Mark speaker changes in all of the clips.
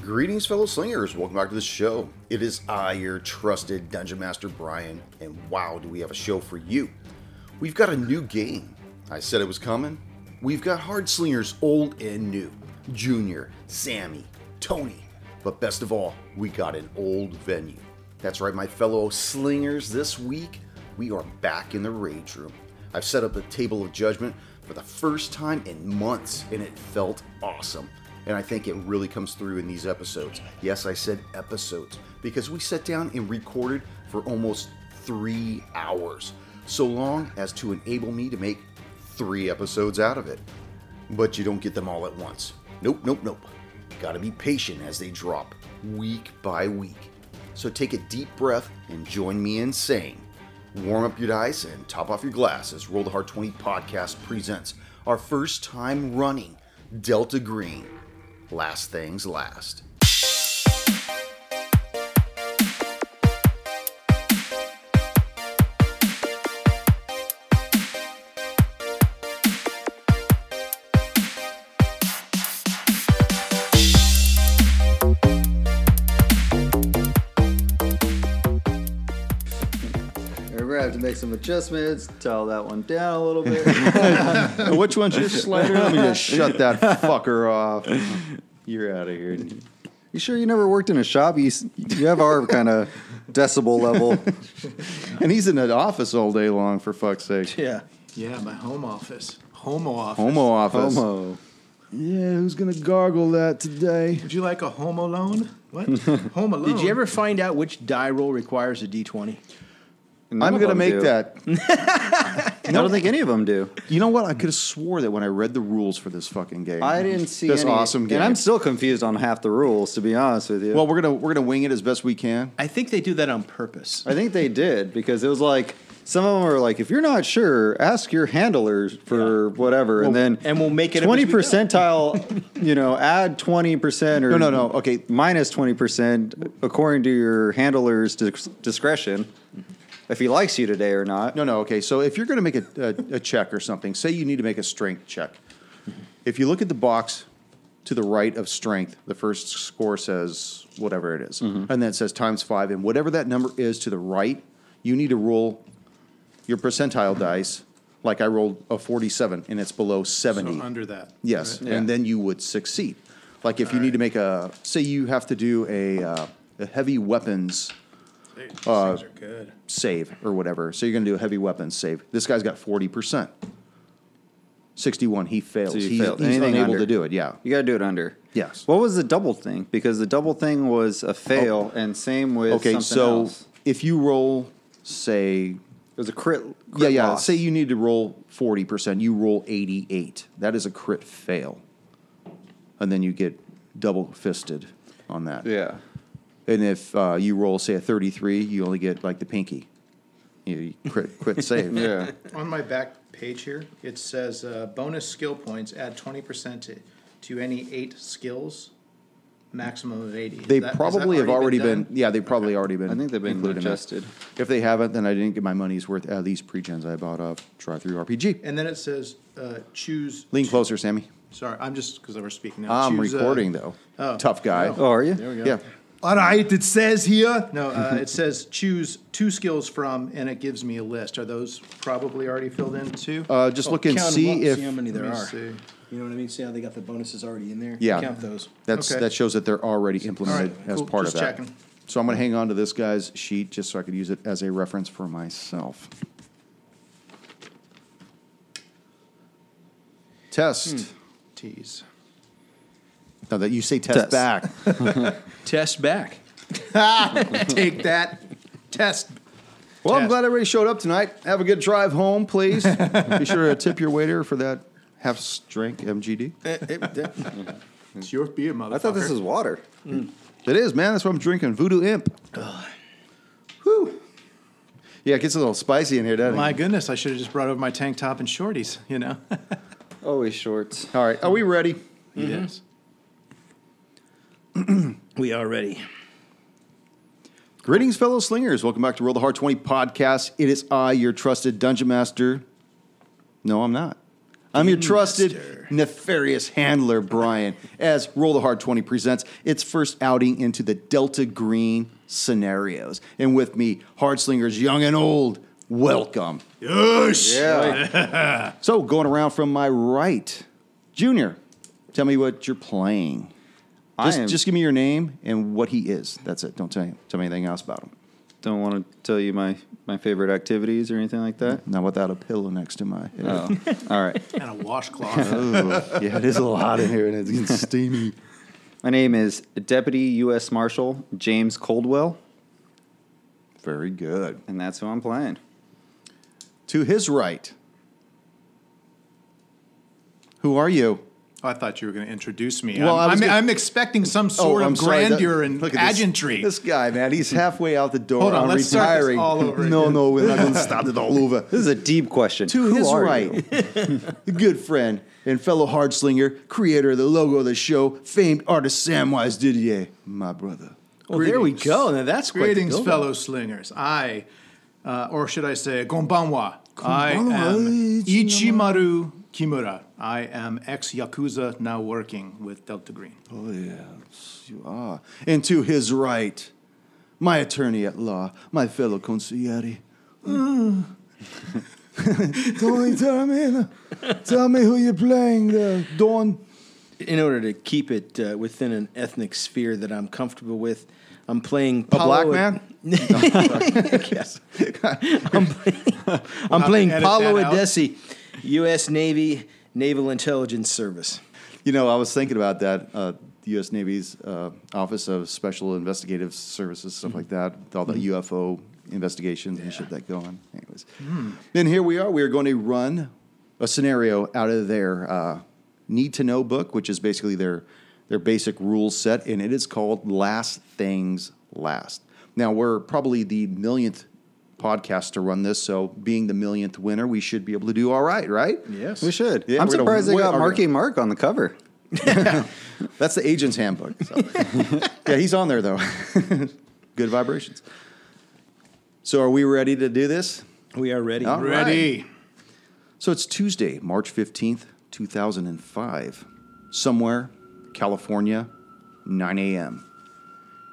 Speaker 1: Greetings, fellow slingers. Welcome back to the show. It is I, your trusted Dungeon Master Brian, and wow, do we have a show for you! We've got a new game. I said it was coming. We've got hard slingers, old and new Junior, Sammy, Tony. But best of all, we got an old venue. That's right, my fellow slingers, this week we are back in the Rage Room. I've set up a table of judgment for the first time in months, and it felt awesome. And I think it really comes through in these episodes. Yes, I said episodes, because we sat down and recorded for almost three hours, so long as to enable me to make three episodes out of it. But you don't get them all at once. Nope, nope, nope. Gotta be patient as they drop, week by week. So take a deep breath and join me in saying, warm up your dice and top off your glass as Roll the Hard 20 podcast presents our first time running Delta Green. Last things last.
Speaker 2: We're gonna have to make some adjustments, dial that one down a little bit.
Speaker 3: Now, Which one's your slider? Let me just shut that fucker off.
Speaker 2: You're out of here. You sure you never worked in a shop? You s- you have our kind of decibel level.
Speaker 3: And he's in an office all day long, for fuck's sake.
Speaker 2: Yeah.
Speaker 4: Yeah, my home office. Homo office.
Speaker 3: Homo office.
Speaker 2: Homo.
Speaker 3: Yeah, who's gonna gargle that today?
Speaker 4: Would you like a home alone? What? home alone.
Speaker 5: Did you ever find out which die roll requires a d20?
Speaker 3: I'm gonna make that.
Speaker 2: I don't think any of them do.
Speaker 3: You know what? I could have swore that when I read the rules for this fucking game.
Speaker 2: I didn't see
Speaker 3: this
Speaker 2: any.
Speaker 3: awesome game.
Speaker 2: And I'm still confused on half the rules, to be honest with you.
Speaker 3: well, we're gonna we're gonna wing it as best we can.
Speaker 5: I think they do that on purpose.
Speaker 2: I think they did because it was like some of them were like, if you're not sure, ask your handlers for whatever, and
Speaker 3: Well,
Speaker 2: then
Speaker 5: and we'll make it up as
Speaker 2: twenty
Speaker 5: we go.
Speaker 2: percentile. you know, add twenty percent or
Speaker 3: No, no, no. Okay.
Speaker 2: minus twenty percent according to your handler's dis- discretion. If he likes you today or not.
Speaker 3: No, no. Okay. So if you're gonna make a, a, a check or something, say you need to make a strength check. If you look at the box to the right of strength, the first score says whatever it is. and then it says times five, and whatever that number is to the right, you need to roll your percentile dice. Like I rolled a 47, and it's below 70.
Speaker 4: So under
Speaker 3: Uh,
Speaker 4: that.
Speaker 3: yes,
Speaker 4: right?
Speaker 3: and then you would succeed. Like if you need to make a, say you have to do a, uh, a heavy weapons
Speaker 4: Hey, these things are good.
Speaker 3: save or whatever. So you're going to do a heavy weapons save. This guy's got 40%. 61, he fails.
Speaker 2: So you
Speaker 3: He-
Speaker 2: failed.
Speaker 3: He's
Speaker 2: Anything
Speaker 3: unable
Speaker 2: under.
Speaker 3: to do it, yeah.
Speaker 2: You gotta do it under.
Speaker 3: Yes.
Speaker 2: What was the double thing? Because the double thing was a fail, and same with
Speaker 3: Oh. okay,
Speaker 2: something
Speaker 3: so
Speaker 2: else.
Speaker 3: if you roll, say,
Speaker 2: It was a crit.
Speaker 3: yeah,
Speaker 2: crit
Speaker 3: yeah,
Speaker 2: loss.
Speaker 3: say you need to roll 40%, you roll 88. That is a crit fail. And then you get double fisted on that.
Speaker 2: yeah.
Speaker 3: And if uh, you roll, say, a 33, you only get like the pinky. You you crit, quit save.
Speaker 2: Yeah.
Speaker 4: On my back page here, it says uh, bonus skill points add 20% to, to any eight skills, maximum of 80. Is
Speaker 3: They
Speaker 4: that- has that
Speaker 3: probably have already been,
Speaker 4: done?
Speaker 3: yeah, they've probably already been.
Speaker 2: I think they've been
Speaker 3: included in that.
Speaker 2: adjusted.
Speaker 3: If they haven't, then I didn't get my money's worth out of these pre-gens I bought off Try Through RPG.
Speaker 4: And then it says uh, choose.
Speaker 3: Lean
Speaker 4: two-
Speaker 3: closer, Sammy.
Speaker 4: Sorry, I'm just because I were speaking now.
Speaker 3: I'm
Speaker 4: Choose, uh,
Speaker 3: recording though.
Speaker 4: oh.
Speaker 3: Tough guy.
Speaker 2: Oh, are you?
Speaker 4: There we go.
Speaker 3: Yeah.
Speaker 4: All right, it says here. No, uh, it says choose two skills from, and it gives me a list. Are those probably already filled in too?
Speaker 3: Uh, just look and
Speaker 5: count 'em up,
Speaker 3: see if
Speaker 5: see how many there
Speaker 4: Let me
Speaker 5: are.
Speaker 4: see.
Speaker 5: You know what I mean? See how they got the bonuses already in there?
Speaker 3: Yeah.
Speaker 5: Count those.
Speaker 3: that's
Speaker 4: Okay.
Speaker 3: that shows that they're already implemented
Speaker 4: All right,
Speaker 3: as
Speaker 4: cool.
Speaker 3: part
Speaker 4: Just
Speaker 3: of that.
Speaker 4: checking.
Speaker 3: So I'm going to hang on to this guy's sheet just so I could use it as a reference for myself. Test.
Speaker 4: Hmm. Tease.
Speaker 3: Now that you say test,
Speaker 2: Test.
Speaker 3: back,
Speaker 5: Test back.
Speaker 4: Take that test.
Speaker 3: Well, I'm
Speaker 4: Test.
Speaker 3: glad everybody showed up tonight. Have a good drive home, please. Be sure to tip your waiter for that half drink MGD.
Speaker 4: It's your beer, motherfucker.
Speaker 2: I thought this was water.
Speaker 3: It is, man. That's what I'm drinking. Voodoo Imp. Whew. Yeah, it gets a little spicy in here, doesn't
Speaker 4: My
Speaker 3: it?
Speaker 4: goodness, I should have just brought over my tank top and shorties. You know.
Speaker 2: Always shorts.
Speaker 3: All right, Oh, are we ready?
Speaker 4: He is.
Speaker 5: We are ready.
Speaker 3: Greetings, fellow slingers. Welcome back to Roll the Hard 20 podcast. It is I, your trusted dungeon master. No, I'm not. I'm your trusted
Speaker 5: Master.
Speaker 3: nefarious handler, Brian, as Roll the Hard 20 presents its first outing into the Delta Green scenarios. And with me, Hardslingers young and old, welcome.
Speaker 2: Yeah.
Speaker 3: So, going around from my right, Junior, tell me what you're playing.
Speaker 2: I
Speaker 3: Just,
Speaker 2: am-
Speaker 3: just give me your name and what he is. That's it. Don't tell, tell me anything else about him.
Speaker 2: Don't want to tell you my, my favorite activities or anything like that.
Speaker 3: Not without a pillow next to my head.
Speaker 2: Oh, all right.
Speaker 4: and a washcloth.
Speaker 3: yeah, it is a little hot in here and it's getting steamy.
Speaker 2: My name is Deputy U.S. Marshal James Coldwell,
Speaker 3: Very good.
Speaker 2: and that's who I'm playing.
Speaker 3: To his right. Who are you?
Speaker 4: oh, I thought you were going to introduce me.
Speaker 3: Well,
Speaker 4: I'm,
Speaker 3: I was
Speaker 4: I'm,
Speaker 3: gonna- Oh,
Speaker 4: I'm expecting some sort of
Speaker 3: sorry, that-
Speaker 4: grandeur and
Speaker 3: look at this-
Speaker 4: pageantry.
Speaker 3: This, guy, man, he's halfway out the door.
Speaker 4: Hold on,
Speaker 3: I'm
Speaker 4: let's start this
Speaker 3: retiring.
Speaker 4: all over
Speaker 3: no,
Speaker 4: again.
Speaker 3: no, we're not going to start it all over.
Speaker 2: This is a deep question.
Speaker 3: To
Speaker 2: Who
Speaker 3: his
Speaker 2: are
Speaker 3: right,
Speaker 2: you?
Speaker 3: good friend and fellow hardslinger, creator of the logo of the show, famed artist Samwise Didier, my brother.
Speaker 5: Well, there we go.
Speaker 4: Oh,
Speaker 5: Now that's quite the
Speaker 4: Greetings,
Speaker 5: build-up.
Speaker 4: fellow slingers. I, uh, or should I say, Gonbanwa. I
Speaker 3: Konbanwa,
Speaker 4: am
Speaker 3: Ichimaru.
Speaker 4: Ichimaru Kimura. I am ex Yakuza now working with Delta Green.
Speaker 3: Oh, yes, you are. And to his right, my attorney at law, my fellow consigliere. Tony, tell me, tell me who you're playing there, Dawn.
Speaker 5: in order to keep it uh, within an ethnic sphere that I'm comfortable with, I'm playing
Speaker 3: A black
Speaker 5: Paulo-
Speaker 3: man?
Speaker 5: yes. I'm, play- I'm playing
Speaker 4: edit
Speaker 5: Paulo
Speaker 4: that out.
Speaker 5: Odessi, U.S. Navy Naval Intelligence Service.
Speaker 3: You know, I was thinking about that. Uh, the U.S. Navy's uh, Office of Special Investigative Services, stuff like that, with all the UFO investigations and shit that go on. Anyways, then here we are. We are going to run a scenario out of their uh, need to know book, which is basically their their basic rule set, and it is called Last Things Last. Now we're probably the millionth podcast to run this, so being the millionth winner, we should be able to do all right, right?
Speaker 5: Yes.
Speaker 2: We should.
Speaker 3: Yeah,
Speaker 2: I'm
Speaker 3: we're gonna
Speaker 2: surprised they
Speaker 3: wait-
Speaker 2: got
Speaker 3: are we-
Speaker 2: Marky Mark on the cover.
Speaker 3: That's the agent's handbook. so. yeah, he's on there though. Good vibrations. So, are we ready to do this?
Speaker 5: We are ready.
Speaker 3: All right.
Speaker 4: Ready.
Speaker 3: So, it's Tuesday, March 15th, 2005. Somewhere, California, 9 a.m.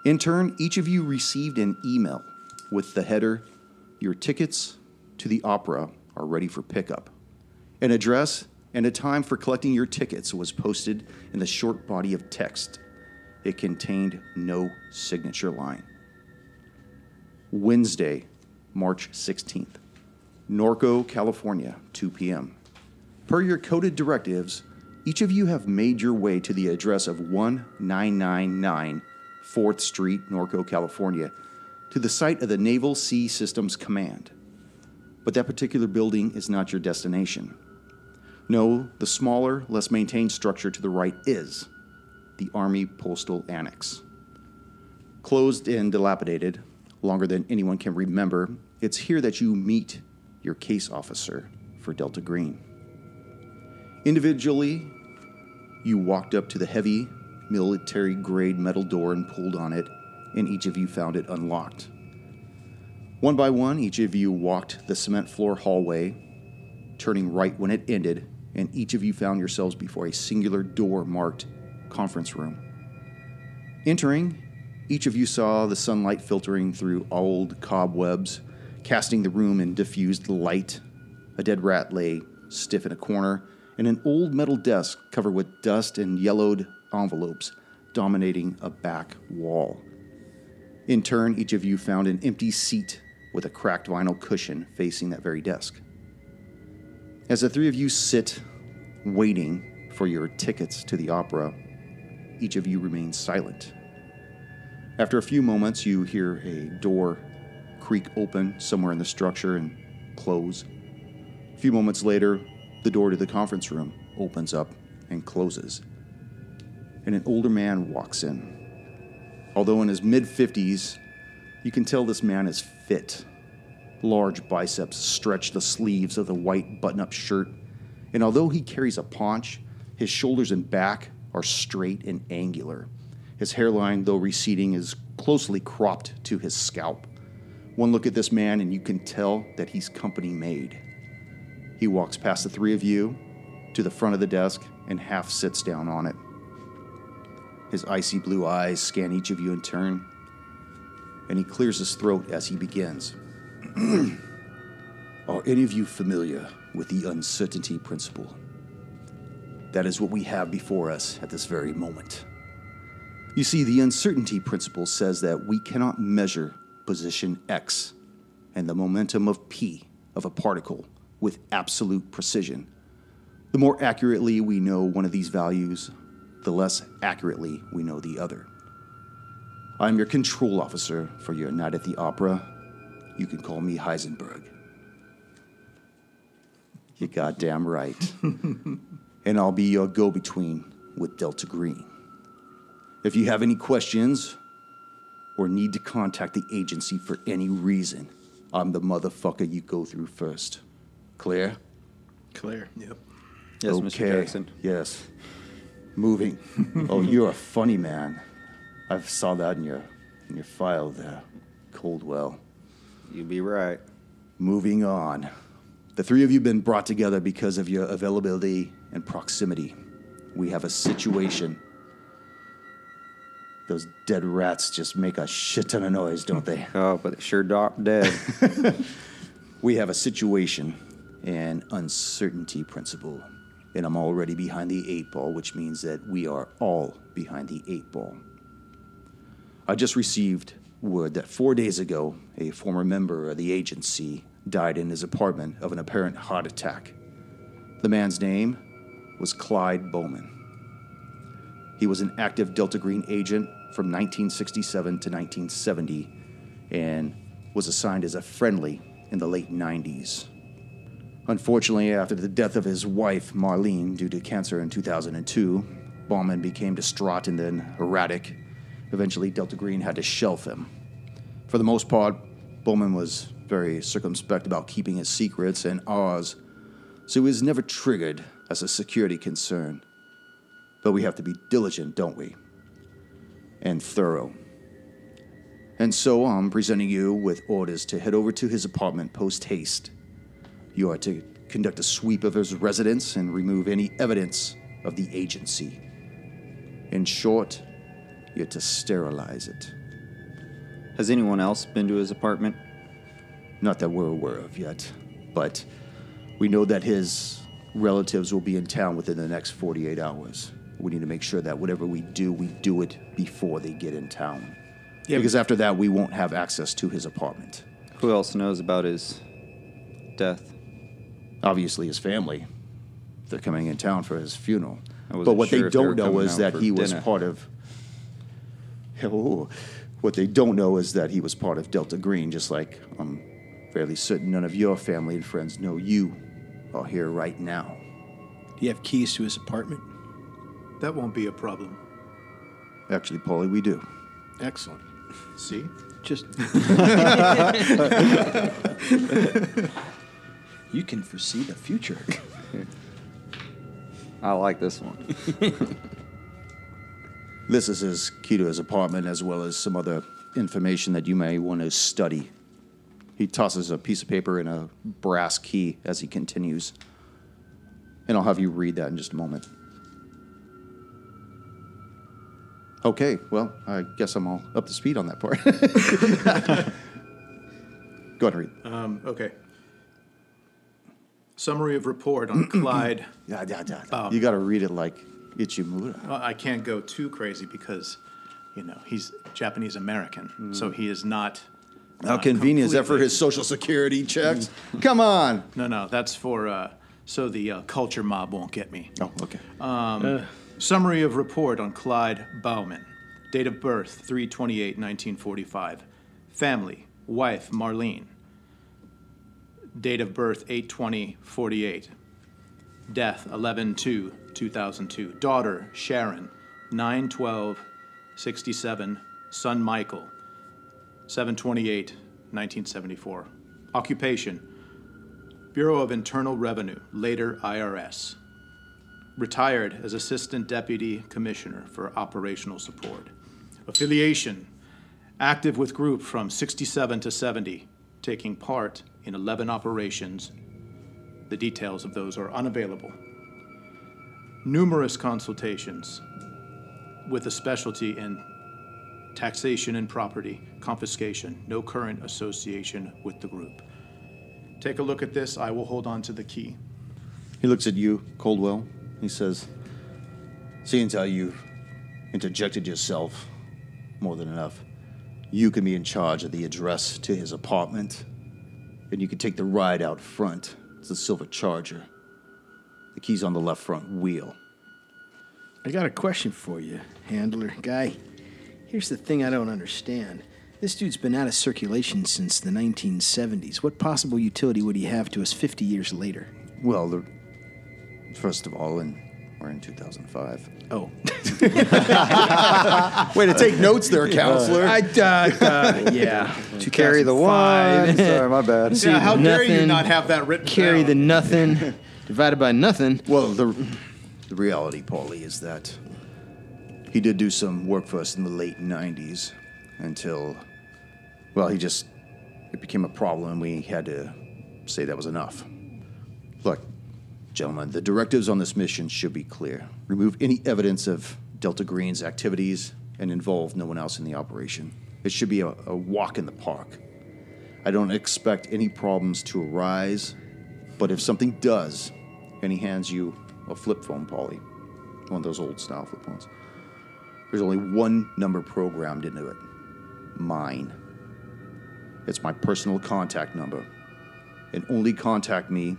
Speaker 3: In turn, each of you received an email with the header Your tickets to the opera are ready for pickup. An address and a time for collecting your tickets was posted in the short body of text. It contained no signature line. Wednesday, March 16th, Norco, California, 2 p.m. Per your coded directives, each of you have made your way to the address of 1999 4th Street, Norco, California, to the site of the Naval Sea Systems Command. But that particular building is not your destination. No, the smaller, less maintained structure to the right is the Army Postal Annex. Closed and dilapidated, longer than anyone can remember, it's here that you meet your case officer for Delta Green. Individually, you walked up to the heavy, military grade metal door and pulled on it, and each of you found it unlocked. One by one, each of you walked the cement floor hallway, turning right when it ended, and each of you found yourselves before a singular door marked conference room. Entering, each of you saw the sunlight filtering through old cobwebs, casting the room in diffused light. A dead rat lay stiff in a corner, and an old metal desk covered with dust and yellowed envelopes dominating a back wall. In turn, each of you found an empty seat with a cracked vinyl cushion facing that very desk. As the three of you sit, waiting for your tickets to the opera, each of you remains silent. After a few moments, you hear a door creak open somewhere in the structure and close. A few moments later, the door to the conference room opens up and closes, and an older man walks in. Although in his mid 50s, you can tell this man is fit. Large biceps stretch the sleeves of the white button up shirt, and although he carries a paunch, his shoulders and back are straight and angular. His hairline, though receding, is closely cropped to his scalp. One look at this man, and you can tell that he's company made. He walks past the three of you, to the front of the desk and half sits down on it. His icy blue eyes scan each of you in turn, and he clears his throat as he begins. Are any of you familiar with the uncertainty principle? That is what we have before us at this very moment. You see, the uncertainty principle says that we cannot measure position x and the momentum of p of a particle with absolute precision. The more accurately we know one of these values, the less accurately we know the other. I am your control officer for your night at the opera. You can call me Heisenberg. You're goddamn right. and I'll be your go between with Delta Green. If you have any questions or need to contact the agency for any reason, I'm the motherfucker you go through first. Clear?
Speaker 5: Clear. Yep.
Speaker 2: Yes, Mr. Jackson.
Speaker 3: Yes. Moving. oh, you're a funny man. I saw that in your in your file there, Coldwell.
Speaker 2: You'd be right.
Speaker 3: Moving on. The three of you have been brought together because of your availability and proximity. We have a situation. Those dead rats just make a shit ton of noise, don't they?
Speaker 2: Oh, but they sure dropped dead.
Speaker 3: We have a situation and uncertainty principle, and I'm already behind the eight ball, which means that we are all behind the eight ball. I just received word that four days ago, a former member of the agency died in his apartment of an apparent heart attack. The man's name was Clyde Bowman. He was an active Delta Green agent from 1967 to 1970 and was assigned as a friendly in the late 90s. Unfortunately, after the death of his wife, Marlene, due to cancer in 2002, Bauman became distraught and then erratic. Eventually, Delta Green had to shelf him. For the most part, Bowman was very circumspect about keeping his secrets and ours, so he was never triggered as a security concern. But we have to be diligent, don't we? And thorough. And so I'm presenting you with orders to head over to his apartment post haste. You are to conduct a sweep of his residence and remove any evidence of the agency. In short, you're to sterilize it.
Speaker 2: Has anyone else been to his apartment?
Speaker 3: Not that we're aware of yet, but we know that his relatives will be in town within the next 48 hours. We need to make sure that whatever we do, we do it before they get in town. because after that, we won't have access to his apartment.
Speaker 2: Who else knows about his death?
Speaker 3: Obviously, his family. They're coming in town for his funeral.
Speaker 2: I wasn't
Speaker 3: But what
Speaker 2: sure
Speaker 3: they
Speaker 2: if they were
Speaker 3: don't know
Speaker 2: coming
Speaker 3: is
Speaker 2: out
Speaker 3: that
Speaker 2: for
Speaker 3: he was
Speaker 2: dinner.
Speaker 3: part of. Oh, what they don't know is that he was part of Delta Green, just like I'm fairly certain none of your family and friends know you are here right now.
Speaker 5: Do you have keys to his apartment?
Speaker 4: That won't be a problem.
Speaker 3: Actually, Paulie, we do.
Speaker 5: Excellent.
Speaker 4: See?
Speaker 5: Just. you can foresee the future.
Speaker 2: I like this one.
Speaker 3: This is his key to his apartment, as well as some other information that you may want to study. He tosses a piece of paper and a brass key as he continues. And I'll have you read that in just a moment. Okay, well, I guess I'm all up to speed on that part. Go ahead and read.
Speaker 4: Um, okay. Summary of report on Clyde.
Speaker 3: Yeah, yeah, yeah, yeah. you got to read it like Ichimura.
Speaker 4: Well, I can't go too crazy because, you know, he's Japanese American,
Speaker 5: Mm.
Speaker 4: so he is not.
Speaker 3: How
Speaker 4: not
Speaker 3: convenient is that for
Speaker 4: completely-
Speaker 3: his social security checks? Come on.
Speaker 4: No, no, that's for uh, so the uh, culture mob won't get me.
Speaker 3: Oh, okay.
Speaker 4: Summary of report on Clyde Bauman. Date of birth 328 1945. Family, wife Marlene. Date of birth 820 48. Death 11 2 2002. Daughter Sharon 9 12 67. Son Michael 728 1974. Occupation Bureau of Internal Revenue, later IRS retired as Assistant Deputy Commissioner for Operational Support. Affiliation active with group from 67 to 70, taking part in 11 operations. The details of those are unavailable. numerous consultations with a specialty in taxation and property confiscation, no current association with the group. Take a look at this. I will hold on to the key.
Speaker 3: He looks at you, Coldwell. He says, Seeing how you've interjected yourself more than enough, you can be in charge of the address to his apartment, and you can take the ride out front. It's a silver charger. The key's on the left front wheel.
Speaker 5: I got a question for you, handler guy. Here's the thing I don't understand. This dude's been out of circulation since the 1970s. What possible utility would he have to us 50 years later?
Speaker 3: Well, the, first of all, in, we're in 2005.
Speaker 5: Oh,
Speaker 3: Way to take notes there, counselor.
Speaker 5: I, uh, uh, yeah.
Speaker 2: To carry the one. Sorry, my bad.
Speaker 5: See,
Speaker 4: how dare you
Speaker 5: nothing.
Speaker 4: not have that written
Speaker 5: Carry
Speaker 4: down.
Speaker 5: the nothing divided by nothing.
Speaker 3: Well, the, the reality, Paulie, is that he did do some work for us in the late 90s until, well, he just, it became a problem and we had to say that was enough. Look, gentlemen, the directives on this mission should be clear. Remove any evidence of Delta Green's activities and involve no one else in the operation. It should be a, a walk in the park. I don't expect any problems to arise, but if something does, and he hands you a flip phone, Polly, one of those old style flip phones, there's only one number programmed into it mine. It's my personal contact number, and only contact me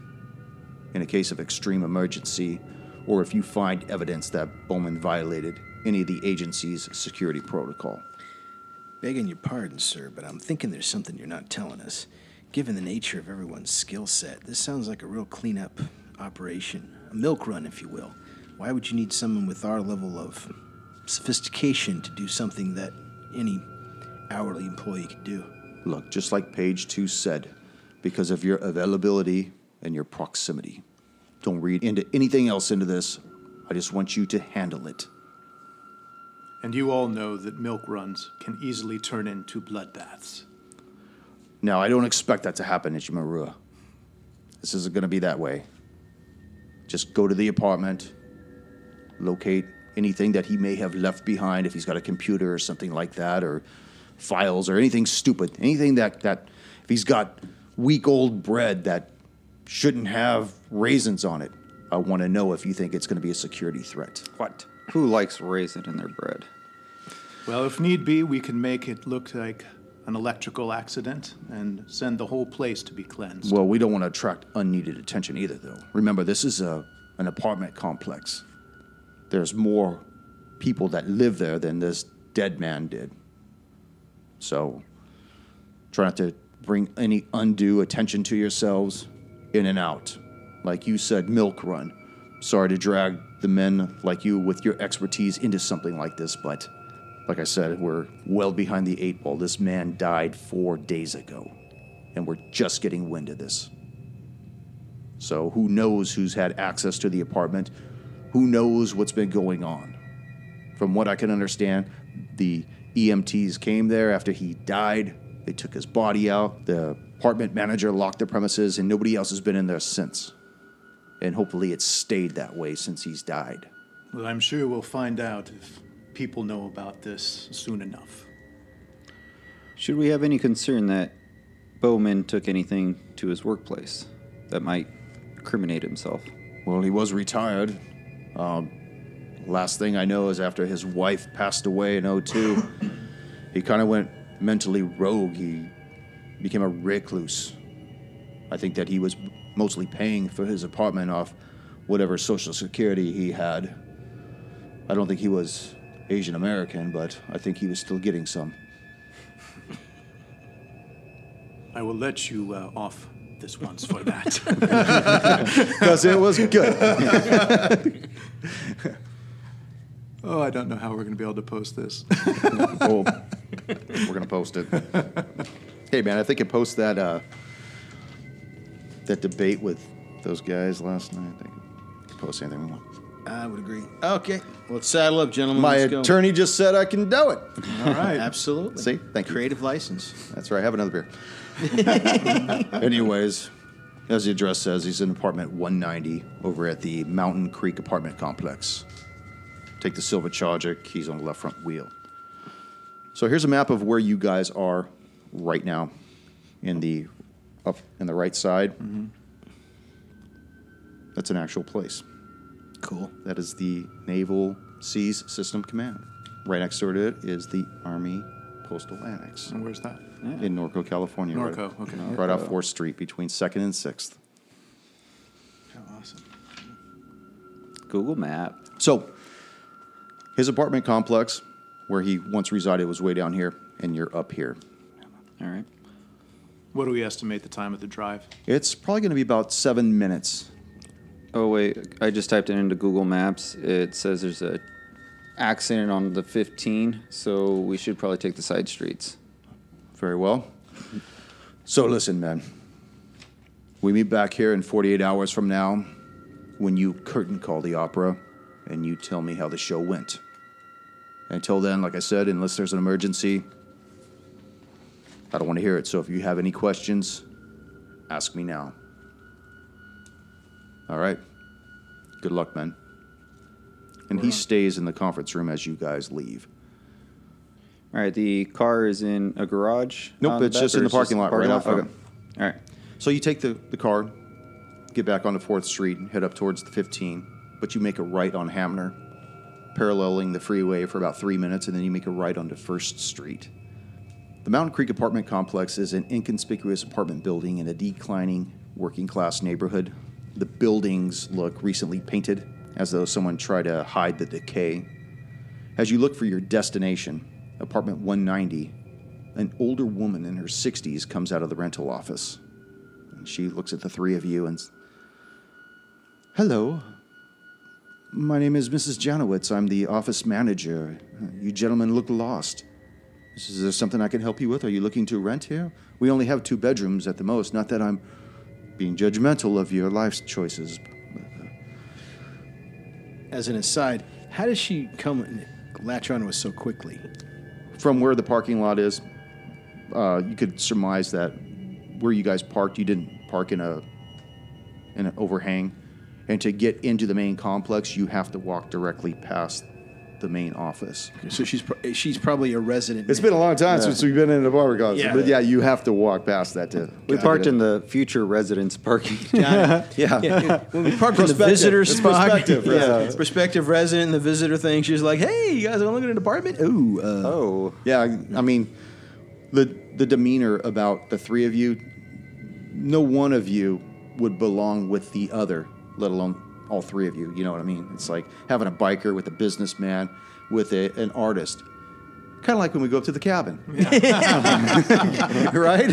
Speaker 3: in a case of extreme emergency or if you find evidence that Bowman violated any of the agency's security protocol.
Speaker 5: Begging your pardon, sir, but I'm thinking there's something you're not telling us. Given the nature of everyone's skill set, this sounds like a real cleanup operation, a milk run, if you will. Why would you need someone with our level of sophistication to do something that any hourly employee could do?
Speaker 3: Look, just like page two said, because of your availability and your proximity. Don't read into anything else into this. I just want you to handle it.
Speaker 4: And you all know that milk runs can easily turn into bloodbaths.
Speaker 3: Now, I don't expect that to happen at Yamarua. This isn't going to be that way. Just go to the apartment, locate anything that he may have left behind if he's got a computer or something like that, or files or anything stupid. Anything that, that if he's got week old bread that shouldn't have raisins on it, I want to know if you think it's going to be a security threat.
Speaker 2: What? Who likes raisin in their bread?
Speaker 4: Well, if need be, we can make it look like an electrical accident and send the whole place to be cleansed.
Speaker 3: Well, we don't want to attract unneeded attention either, though. Remember, this is a, an apartment complex. There's more people that live there than this dead man did. So try not to bring any undue attention to yourselves in and out. Like you said, milk run. Sorry to drag the men like you with your expertise into something like this, but like I said, we're well behind the eight ball. This man died four days ago, and we're just getting wind of this. So who knows who's had access to the apartment? Who knows what's been going on? From what I can understand, the EMTs came there after he died. They took his body out. The apartment manager locked the premises, and nobody else has been in there since. And hopefully, it's stayed that way since he's died.
Speaker 4: Well, I'm sure we'll find out if people know about this soon enough.
Speaker 2: Should we have any concern that Bowman took anything to his workplace that might criminate himself?
Speaker 3: Well, he was retired. Um, last thing I know is after his wife passed away in 02, he kind of went mentally rogue. He became a recluse. I think that he was mostly paying for his apartment off whatever social security he had. I don't think he was Asian American, but I think he was still getting some.
Speaker 4: I will let you uh, off this once for that.
Speaker 3: Because it was good.
Speaker 4: oh, I don't know how we're going to be able to post this.
Speaker 3: Oh, we're gonna post it. hey, man, I think I post that uh, that debate with those guys last night. I can post anything we want.
Speaker 5: I would agree. Okay. Well, let's saddle up, gentlemen.
Speaker 3: My
Speaker 5: Let's go.
Speaker 3: attorney just said I can do it.
Speaker 4: All right.
Speaker 5: Absolutely.
Speaker 3: See? Thank you.
Speaker 5: Creative license.
Speaker 3: That's right. Have another beer. Anyways, As the address says, he's in apartment 190 over at the Mountain Creek apartment complex. Take the Silva Charger, keys on the left front wheel. So here's a map of where you guys are right now in the up in the right side. That's an actual place.
Speaker 5: Cool.
Speaker 3: That is the Naval Seas System Command. Right next door to it is the Army Postal Annex
Speaker 4: And where's that?
Speaker 3: in Norco, California. right- Uh,
Speaker 4: Norco, okay.
Speaker 3: Right off 4th Street between 2nd and 6th.
Speaker 5: How awesome.
Speaker 2: Google Map.
Speaker 3: So, his apartment complex where he once resided was way down here, and you're up here.
Speaker 2: All right.
Speaker 4: What do we estimate the time of the drive?
Speaker 3: It's probably going to be about seven minutes.
Speaker 2: Oh wait, I just typed it into Google Maps. It says there's a accident on the 15, so we should probably take the side streets.
Speaker 3: Very well. So, listen, man. We meet back here in 48 hours from now when you curtain call the opera and you tell me how the show went. Until then, like I said, unless there's an emergency, I don't want to hear it. So, if you have any questions, ask me now. All right. Good luck, man. And he stays in the conference room as you guys leave.
Speaker 2: All right, the car is in a garage.
Speaker 3: Nope,
Speaker 2: on the
Speaker 3: it's
Speaker 2: back,
Speaker 3: just
Speaker 2: or
Speaker 3: in the
Speaker 2: it's
Speaker 3: parking lot right out front.
Speaker 2: All right.
Speaker 3: So you take the, the car, get back onto 4th Street, and head up towards the 15, but you make a right on Hamner, paralleling the freeway for about three minutes, and then you make a right onto 1st Street. The Mountain Creek apartment complex is an inconspicuous apartment building in a declining working class neighborhood. The buildings look recently painted, as though someone tried to hide the decay. As you look for your destination, apartment 190, an older woman in her 60s comes out of the rental office. And she looks at the three of you and. s- Hello. My name is Mrs. Janowitz. I'm the office manager. You gentlemen look lost. Is there something I can help you with? Are you looking to rent here? We only have two bedrooms at the most. Not that I'm being judgmental of your life choices.
Speaker 5: As an aside, how does she come and latch onto us so quickly?
Speaker 3: From where the parking lot is, uh, you could surmise that where you guys parked, you didn't park in a in an overhang. And to get into the main complex, you have to walk directly past the main office.
Speaker 5: So she's pro- she's probably a resident.
Speaker 3: It's been a long time since we've been in a barber concert,
Speaker 5: Yeah.
Speaker 3: but yeah, you have to walk past that to.
Speaker 2: We parked in the future residence parking.
Speaker 3: Yeah.
Speaker 5: when we parked in the
Speaker 3: Prospective.
Speaker 5: visitor
Speaker 3: It's
Speaker 5: spot.
Speaker 3: prospective
Speaker 5: yeah,
Speaker 3: resident.
Speaker 5: prospective resident and the visitor thing. She's like, "Hey, you guys are looking at an apartment? Ooh, uh,
Speaker 2: oh,
Speaker 3: Yeah, I I mean, the the demeanor about the three of you, no one of you would belong with the other, let alone all three of you. You know what I mean? It's like having a biker with a businessman, with a, an artist. Kind of like when we go up to the cabin, right?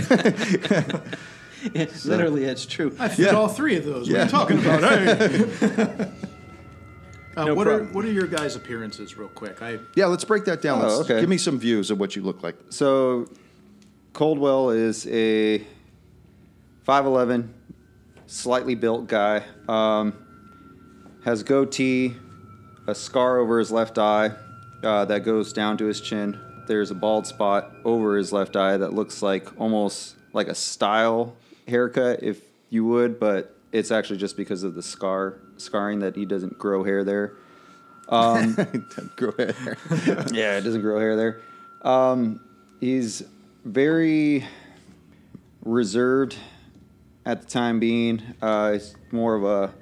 Speaker 5: literally, that's true."
Speaker 4: I fit all three of those.
Speaker 3: Yeah.
Speaker 4: What are you talking about? Hey. Uh,
Speaker 5: No
Speaker 4: what
Speaker 5: problem.
Speaker 4: are what are your guys' appearances, real quick? I
Speaker 3: yeah, let's break that down.
Speaker 2: Oh,
Speaker 3: Let's,
Speaker 2: okay.
Speaker 3: Give me some views of what you look like.
Speaker 2: so Coldwell is a 5'11, slightly built guy. Um, has goatee, a scar over his left eye uh, that goes down to his chin. There's a bald spot over his left eye that looks like almost like a style haircut, if you would, but it's actually just because of the scar scarring that he doesn't grow hair there.
Speaker 3: Go ahead.
Speaker 2: Yeah, it doesn't grow hair there. Um, he's very reserved at the time being. Uh, it's more of a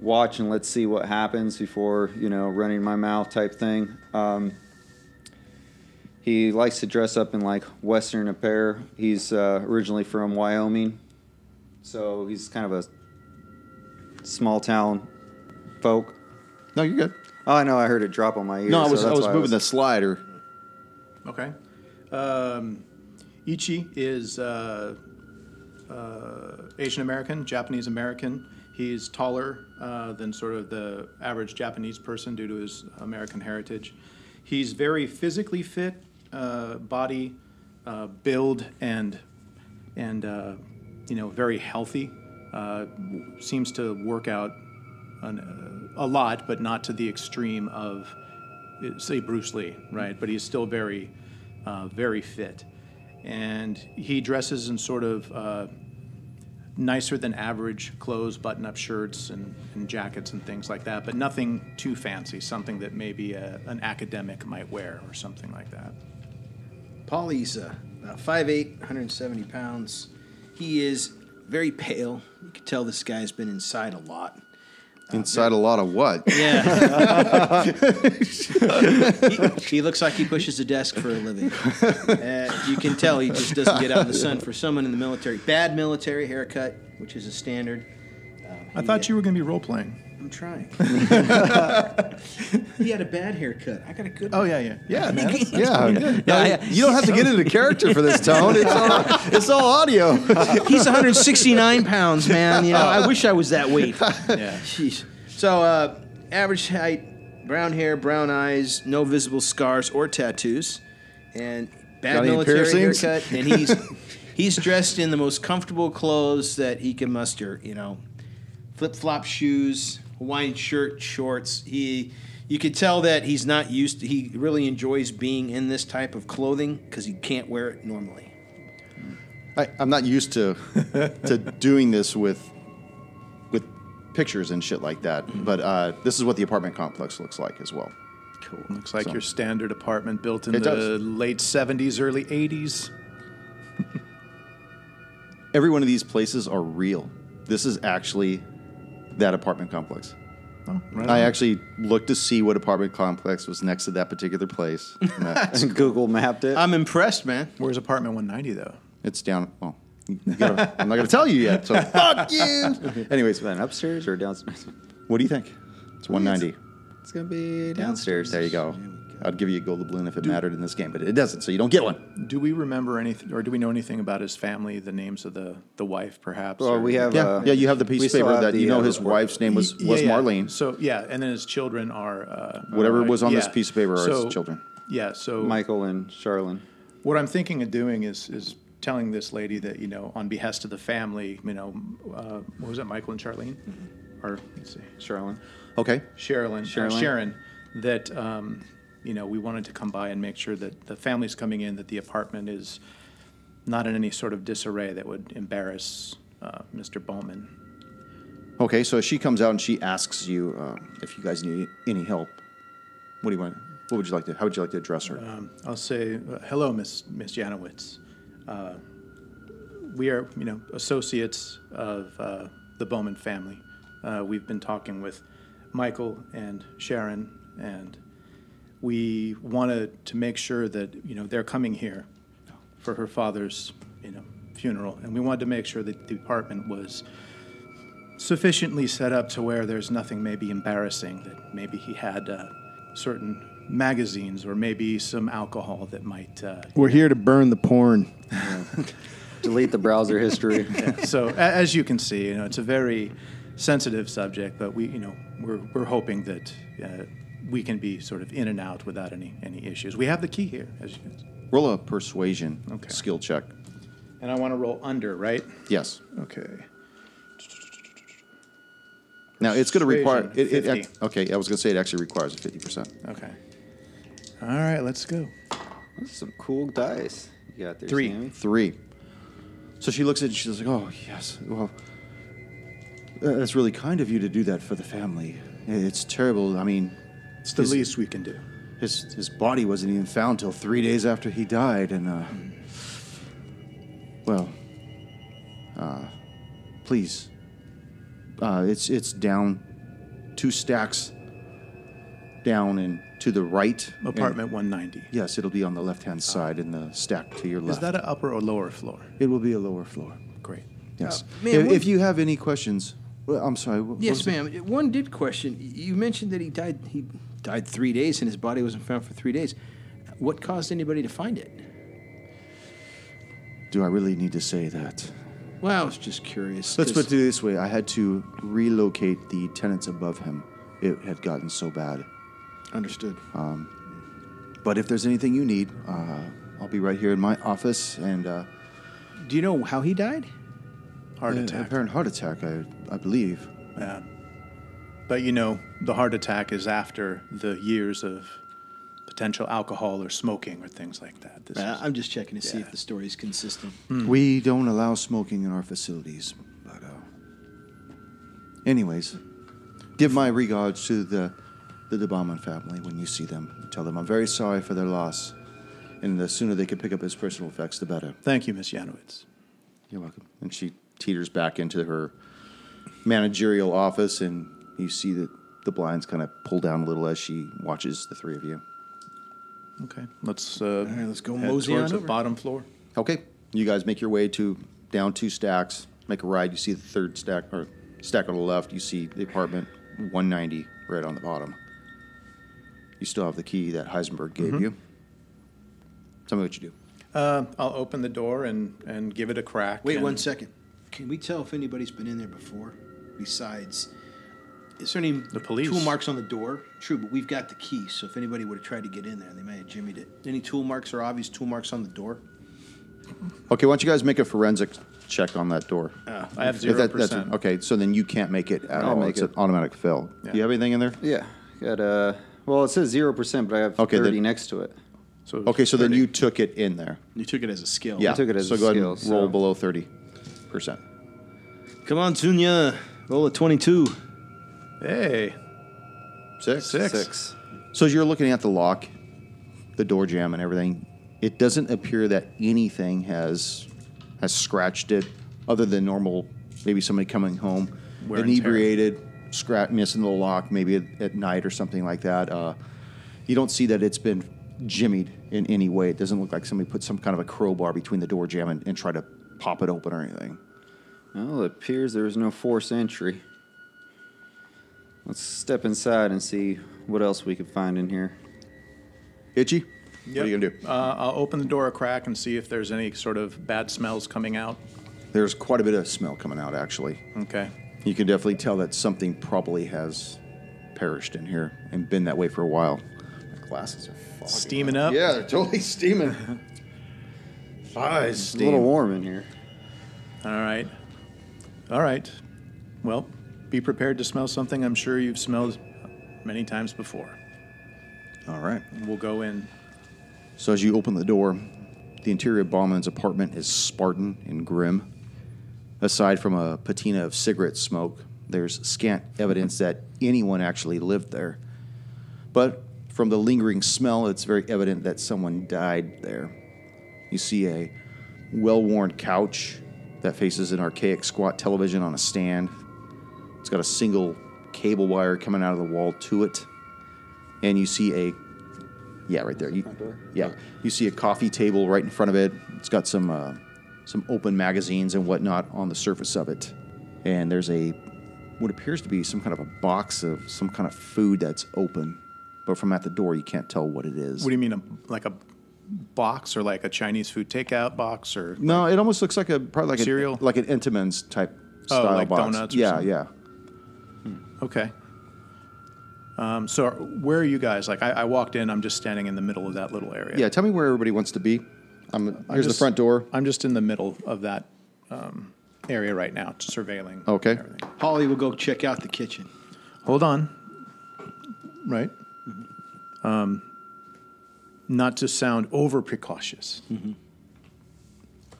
Speaker 2: watch and let's see what happens before you know running my mouth type thing. Um, he likes to dress up in like Western apparel. He's uh, originally from Wyoming, so he's kind of a small town folk.
Speaker 3: No, you're good.
Speaker 2: Oh, I know. I heard it drop on my ear.
Speaker 3: No, I
Speaker 2: so
Speaker 3: was I
Speaker 2: that's
Speaker 3: was
Speaker 2: why
Speaker 3: moving the slider.
Speaker 4: okay. Um, Ichi is uh, uh, Asian American, Japanese American. He's taller uh, than sort of the average Japanese person due to his American heritage. He's very physically fit, uh, body, uh, build, and and uh, you know very healthy. Uh, w- seems to work out an, uh, a lot, but not to the extreme of uh, say Bruce Lee, right? But he's still very uh, very fit, and he dresses in sort of. Uh, nicer than average clothes, button up shirts and, and jackets and things like that, but nothing too fancy, something that maybe a, an academic might wear or something like that.
Speaker 5: Paul Isa, about 5'8, 170 pounds. He is very pale. You can tell this guy's been inside a lot.
Speaker 3: Inside a lot of what?
Speaker 5: Yeah. he, he looks like he pushes a desk for a living. Uh, you can tell he just doesn't get out in the sun for someone in the military. Bad military haircut, which is a standard. Um, uh,
Speaker 4: I thought you were going to be role playing.
Speaker 5: I'm trying. he had a bad haircut. I got a good
Speaker 4: Oh, yeah, yeah. Yeah, man.
Speaker 3: Yeah, No, you don't have to get into character for this tone. It's all, it's all audio.
Speaker 5: He's 169 pounds, man. You know, I wish I was that weight.
Speaker 4: yeah.
Speaker 5: Jeez. So, uh, average height, brown hair, brown eyes, no visible scars or tattoos, and bad
Speaker 3: Got any
Speaker 5: military
Speaker 3: piercings?
Speaker 5: haircut. And he's he's dressed in the most comfortable clothes that he can muster. You know, flip flop shoes, Hawaiian shirt, shorts. He you could tell that he's not used. To, he really enjoys being in this type of clothing because he can't wear it normally.
Speaker 3: I, I'm not used to to doing this with with pictures and shit like that. But uh, this is what the apartment complex looks like as well.
Speaker 5: Cool.
Speaker 4: Looks like
Speaker 3: So-
Speaker 4: your standard apartment built in
Speaker 3: It
Speaker 4: the
Speaker 3: does.
Speaker 4: late 70s, early 80s.
Speaker 3: Every one of these places are real. This is actually that apartment complex.
Speaker 4: Oh, right
Speaker 3: I
Speaker 4: on.
Speaker 3: actually looked to see what apartment complex was next to that particular place. And that-
Speaker 2: Google mapped it.
Speaker 5: I'm impressed, man.
Speaker 4: Where's apartment 190, though?
Speaker 3: it's down. Well, you gotta- I'm not going to tell you yet. So fuck you. Anyways,
Speaker 2: Then upstairs or downstairs?
Speaker 3: what do you think? It's 190.
Speaker 2: It's gonna be
Speaker 5: Downstairs.
Speaker 2: downstairs.
Speaker 3: There you go. I'd give you a gold doubloon if it mattered in this game, but it doesn't, so you don't get one.
Speaker 4: Do we remember anything, or do we know anything about his family, the names of the, the wife, perhaps?
Speaker 2: Well,
Speaker 4: or-
Speaker 2: we have
Speaker 3: Yeah,
Speaker 2: uh,
Speaker 3: yeah. You have the piece
Speaker 2: we
Speaker 3: of
Speaker 2: still
Speaker 3: paper
Speaker 2: have
Speaker 3: that you
Speaker 2: the,
Speaker 3: know
Speaker 2: uh,
Speaker 3: his
Speaker 2: report.
Speaker 3: wife's name was
Speaker 4: Yeah,
Speaker 3: was
Speaker 4: yeah.
Speaker 3: Marlene.
Speaker 4: So, yeah, and then his children are. Uh,
Speaker 3: Whatever
Speaker 4: uh,
Speaker 3: was on this
Speaker 4: yeah.
Speaker 3: piece of paper are his children.
Speaker 4: Yeah, so
Speaker 2: Michael and Charlene.
Speaker 4: What I'm thinking of doing is is telling this lady that you know, on behest of the family, you know, uh, what was it, Michael and Charlene, or let's see,
Speaker 2: Charlene.
Speaker 3: Okay.
Speaker 4: Sherilyn, uh,
Speaker 2: Sherilyn.
Speaker 4: Sharon, that um, you know, we wanted to come by and make sure that the family's coming in, that the apartment is not in any sort of disarray that would embarrass uh, Mr. Bowman.
Speaker 3: Okay. So she comes out and she asks you um, if you guys need any help. What do you want? What would you like to? How would you like to address her?
Speaker 4: I'll say, uh, hello, Miss Miss Janowitz. we are, you know, associates of uh, the Bowman family. Uh, we've been talking with Michael and Sharon, and we wanted to make sure that you know they're coming here for her father's, you know, funeral, and we wanted to make sure that the apartment was sufficiently set up to where there's nothing maybe embarrassing that maybe he had uh, certain magazines or maybe some alcohol that might uh,
Speaker 6: We're here to burn the porn.
Speaker 2: Delete the browser history.
Speaker 4: so a- as you can see, you know, it's a very sensitive subject, but we, you know, we're, we're hoping that uh, we can be sort of in and out without any, any issues. We have the key here, as you
Speaker 3: Roll a persuasion
Speaker 4: Okay.
Speaker 3: skill check.
Speaker 4: and I want to roll under, right?
Speaker 3: Yes.
Speaker 4: Okay.
Speaker 3: Now it's going to require. It, it,
Speaker 4: Persuasion,
Speaker 3: act- okay. I was going to say it actually requires a fifty percent.
Speaker 4: Okay. All right, let's go.
Speaker 2: That's Some cool dice you got there.
Speaker 4: Three.
Speaker 2: Sammy.
Speaker 3: Three. So she looks at it and she's like, "Oh yes, well, uh, that's really kind of you to do that for the family. It's terrible. I mean,
Speaker 4: It's the
Speaker 3: Is-
Speaker 4: least we can do.
Speaker 3: His his body wasn't even found till three days after he died, and uh, well, uh, please, uh, it's it's down two stacks down and to the right. and-
Speaker 4: Apartment 190.
Speaker 3: yes, it'll be on the left hand side in the stack to your left.
Speaker 4: Is that an upper or lower floor?
Speaker 3: it will be a lower floor.
Speaker 4: Great.
Speaker 3: Yes.
Speaker 5: man,
Speaker 3: if,
Speaker 5: Uh, what-
Speaker 3: if you have any questions, well, I'm sorry. What, what
Speaker 5: Yes,
Speaker 3: was it?
Speaker 5: ma'am. One did question. You mentioned that he died. He died three days, and his body wasn't found for three days. What caused anybody to find it?
Speaker 3: Do I really need to say that?
Speaker 5: Well, I was just curious.
Speaker 3: Let's
Speaker 5: 'cause-
Speaker 3: put it this way: I had to relocate the tenants above him. It had gotten so bad.
Speaker 5: understood.
Speaker 3: But if there's anything you need, uh, I'll be right here in my office. And uh,
Speaker 5: Do you know how he died?
Speaker 4: Heart
Speaker 3: a-
Speaker 4: attack.
Speaker 3: apparent heart attack, I, I believe.
Speaker 4: Yeah. But you know, the heart attack is after the years of potential alcohol or smoking or things like that. This
Speaker 5: Uh,
Speaker 4: is-
Speaker 5: I'm just checking to see
Speaker 4: Yeah.
Speaker 3: Mm.
Speaker 5: Mm-hmm. if the story's consistent.
Speaker 3: We don't allow smoking in our facilities. Uh, Anyways, give my regards to the the DeBauman family when you see them. Tell them I'm very sorry for their loss, and the sooner they can pick up his personal effects, the better.
Speaker 4: Thank you, Miss Yanowitz.
Speaker 3: You're welcome. And she teeters back into her managerial office, and you see that the blinds kind of pull down a little as she watches the three of you.
Speaker 4: Okay, let's. Uh,
Speaker 5: right, let's go
Speaker 4: head
Speaker 5: mosey
Speaker 4: towards
Speaker 5: on
Speaker 4: the
Speaker 5: over.
Speaker 4: bottom floor.
Speaker 3: Okay, you guys make your way to down two stacks, make a ride. You see the third stack or stack on the left. You see the apartment 190 right on the bottom. You still have the key that Heisenberg gave
Speaker 2: Mm-hmm.
Speaker 3: you. Tell me what you do.
Speaker 4: Uh, I'll open the door and, and give it a crack.
Speaker 5: Wait
Speaker 4: and-
Speaker 5: one second. Can we tell if anybody's been in there before? Besides, is there any the
Speaker 4: police.
Speaker 5: tool marks on the door? True, but we've got the key, so if anybody would have tried to get in there, they may have jimmied it. Any tool marks or obvious tool marks on the door?
Speaker 3: Okay, why don't you guys make a forensic check on that door?
Speaker 4: I have
Speaker 3: If
Speaker 4: Uh, zero
Speaker 3: that- that's-
Speaker 4: percent. Oh,
Speaker 3: okay, so then you can't make it at
Speaker 2: I'll
Speaker 3: all.
Speaker 2: make
Speaker 3: it's
Speaker 2: it.
Speaker 3: an automatic fail. Do you have anything in there?
Speaker 2: Yeah. Got uh well it says zero percent, but I have
Speaker 3: Okay,
Speaker 2: thirty
Speaker 3: then-
Speaker 2: next to it.
Speaker 4: So
Speaker 5: Oh,
Speaker 3: Okay, so then
Speaker 4: 30.
Speaker 3: you took it in there.
Speaker 5: You took it as a skill.
Speaker 3: Yeah.
Speaker 2: took it as
Speaker 3: so
Speaker 2: a
Speaker 3: go ahead
Speaker 2: skill,
Speaker 3: and roll
Speaker 2: so-
Speaker 3: below thirty percent.
Speaker 6: Come on, Tunya. Roll a 22.
Speaker 4: Hey,
Speaker 3: Six.
Speaker 2: Six.
Speaker 3: So as you're looking at the lock, the door jam, and everything, it doesn't appear that anything has has scratched it, other than normal. Maybe somebody coming home,
Speaker 4: Wear and tear.
Speaker 3: inebriated, scrap missing the lock, maybe at, at night or something like that. Uh, you don't see that it's been jimmied in any way. It doesn't look like somebody put some kind of a crowbar between the door jam and, and try to pop it open or anything.
Speaker 2: Well, it appears there is no forced entry. Let's step inside and see what else we could find in here.
Speaker 3: Itchy. What
Speaker 4: Yep.
Speaker 3: are you gonna do?
Speaker 4: uh, I'll open the door a crack and see if there's any sort of bad smells coming out.
Speaker 3: There's quite a bit of smell coming out, actually.
Speaker 4: Okay.
Speaker 3: You can definitely tell that something probably has perished in here and been that way for a while. My glasses are foggy.
Speaker 4: Steaming up.
Speaker 3: Yeah, they're totally steaming. Eyes
Speaker 2: It's a little warm in here.
Speaker 4: All right. All right. Well, be prepared to smell something I'm sure you've smelled many times before.
Speaker 3: All right.
Speaker 4: We'll go in.
Speaker 3: So as you open the door, the interior of Bauman's apartment is Spartan and grim. Aside from a patina of cigarette smoke, there's scant evidence that anyone actually lived there. But from the lingering smell, it's very evident that someone died there. You see a well worn couch that faces an archaic squat television on a stand. It's got a single cable wire coming out of the wall to it. And you see a yeah, right there. You, yeah, you see a coffee table right in front of it. It's got some uh, some open magazines and whatnot on the surface of it, and there's a what appears to be some kind of a box of some kind of food that's open, but from at the door you can't tell what it is.
Speaker 4: What do you mean, a, like a box or like a Chinese food takeout box or
Speaker 3: no, it almost looks like a probably like
Speaker 4: Cereal?
Speaker 3: a, like an Intamin's type
Speaker 4: Oh,
Speaker 3: style
Speaker 4: like
Speaker 3: box.
Speaker 4: donuts or
Speaker 3: yeah,
Speaker 4: something.
Speaker 3: yeah.
Speaker 4: Okay. Um, so are- where are you guys? Like I, I walked in, I'm just standing in the middle of that little area.
Speaker 3: Yeah, tell me where everybody wants to be. I'm,
Speaker 4: I'm
Speaker 3: here's
Speaker 4: just-
Speaker 3: the front door.
Speaker 4: I'm just in the middle of that um, area right now, just surveilling.
Speaker 3: Oh, Okay.
Speaker 4: everything.
Speaker 5: Holly will go check out the kitchen.
Speaker 4: Hold on. Right. Um, not to sound over precautious.
Speaker 3: Mm-hmm.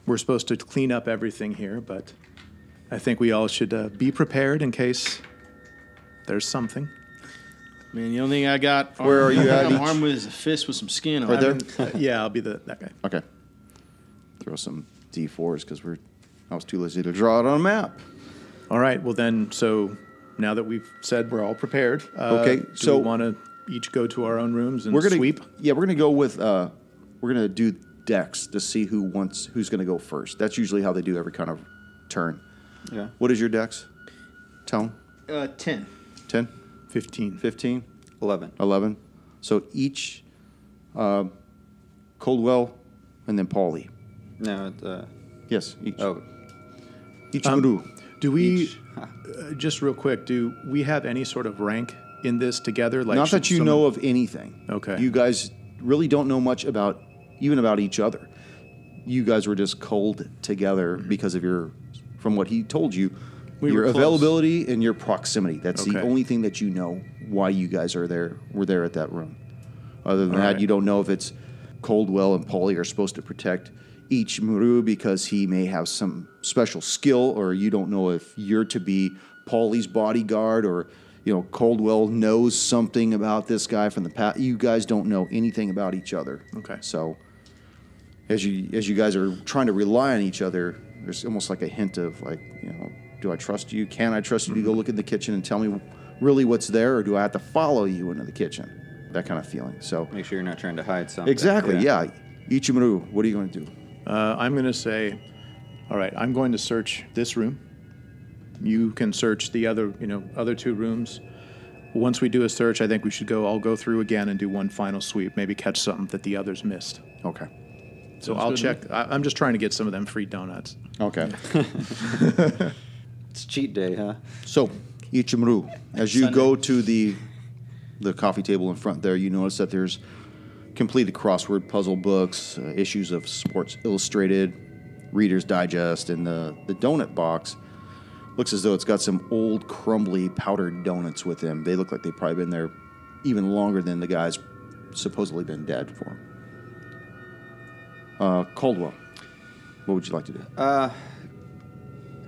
Speaker 4: We're supposed to clean up everything here, but I think we all should uh, be prepared in case there's something.
Speaker 5: Man, the only thing I got
Speaker 3: Where are you at
Speaker 5: I'm
Speaker 3: each?
Speaker 5: armed with is a fist with some skin on
Speaker 3: Right
Speaker 5: it.
Speaker 3: there?
Speaker 4: Uh, yeah, I'll be the that guy.
Speaker 3: Okay. Throw some D4s because we're I was too lazy to draw it on a map.
Speaker 4: All right. Well, then, so now that we've said we're all prepared, uh,
Speaker 3: Okay,
Speaker 4: do
Speaker 3: so-
Speaker 4: we want to each go to our own rooms and
Speaker 3: We're gonna
Speaker 4: sweep.
Speaker 3: Yeah, we're gonna go with uh, we're gonna do decks to see who wants who's gonna go first. That's usually how they do every kind of turn.
Speaker 2: Yeah.
Speaker 3: What is your dex? Tone?
Speaker 5: Uh, 10.
Speaker 3: 10?
Speaker 4: 15.
Speaker 3: 15?
Speaker 2: Eleven.
Speaker 3: 11? So each uh, Coldwell and then Paulie.
Speaker 2: No, it, uh,
Speaker 3: Yes, each.
Speaker 2: oh,
Speaker 3: Each
Speaker 4: Um,
Speaker 3: guru.
Speaker 4: Do we,
Speaker 2: Each-
Speaker 4: uh, just real quick, do we have any sort of rank in this together? Like
Speaker 3: Not that you know of anything.
Speaker 4: Okay.
Speaker 3: You guys really don't know much about even about each other. You guys were just cold together because of your from what he told you, your
Speaker 4: were close.
Speaker 3: availability and your proximity. That's the
Speaker 4: Okay.
Speaker 3: only thing that you know why you guys are there were there at that room. Other than
Speaker 4: All
Speaker 3: that,
Speaker 4: right.
Speaker 3: you don't know if it's Coldwell and Polly are supposed to protect each Muru because he may have some special skill, or you don't know if you're to be Paulie's bodyguard or you know Coldwell knows something about this guy from the past. You guys don't know anything about each other.
Speaker 4: Okay.
Speaker 3: So as you as you guys are trying to rely on each other, there's almost like a hint of like you know, do I trust you? Can I trust you to go look in the kitchen and tell me really what's there, or do I have to follow you into the kitchen? That kind of feeling. So
Speaker 2: Make sure you're not trying to hide something.
Speaker 3: exactly, yeah. Ichimaru, what are you going to do?
Speaker 4: Uh, I'm going to say, all right, I'm going to search this room. You can search the other, you know, other two rooms. Once we do a search, I think we should go. I'll go through again and do one final sweep. Maybe catch something that the others missed.
Speaker 3: Okay.
Speaker 4: So I'll check. I, I'm just trying to get some of them free donuts.
Speaker 3: Okay.
Speaker 2: It's cheat day, huh?
Speaker 3: So, Ichimaru, as you go to the the coffee table in front there, you notice that there's completed crossword puzzle books, uh, issues of Sports Illustrated, Reader's Digest, and the the donut box looks as though it's got some old crumbly powdered donuts with them. They look like they've probably been there even longer than the guy's supposedly been dead for. Uh, Caldwell, what would you like to do?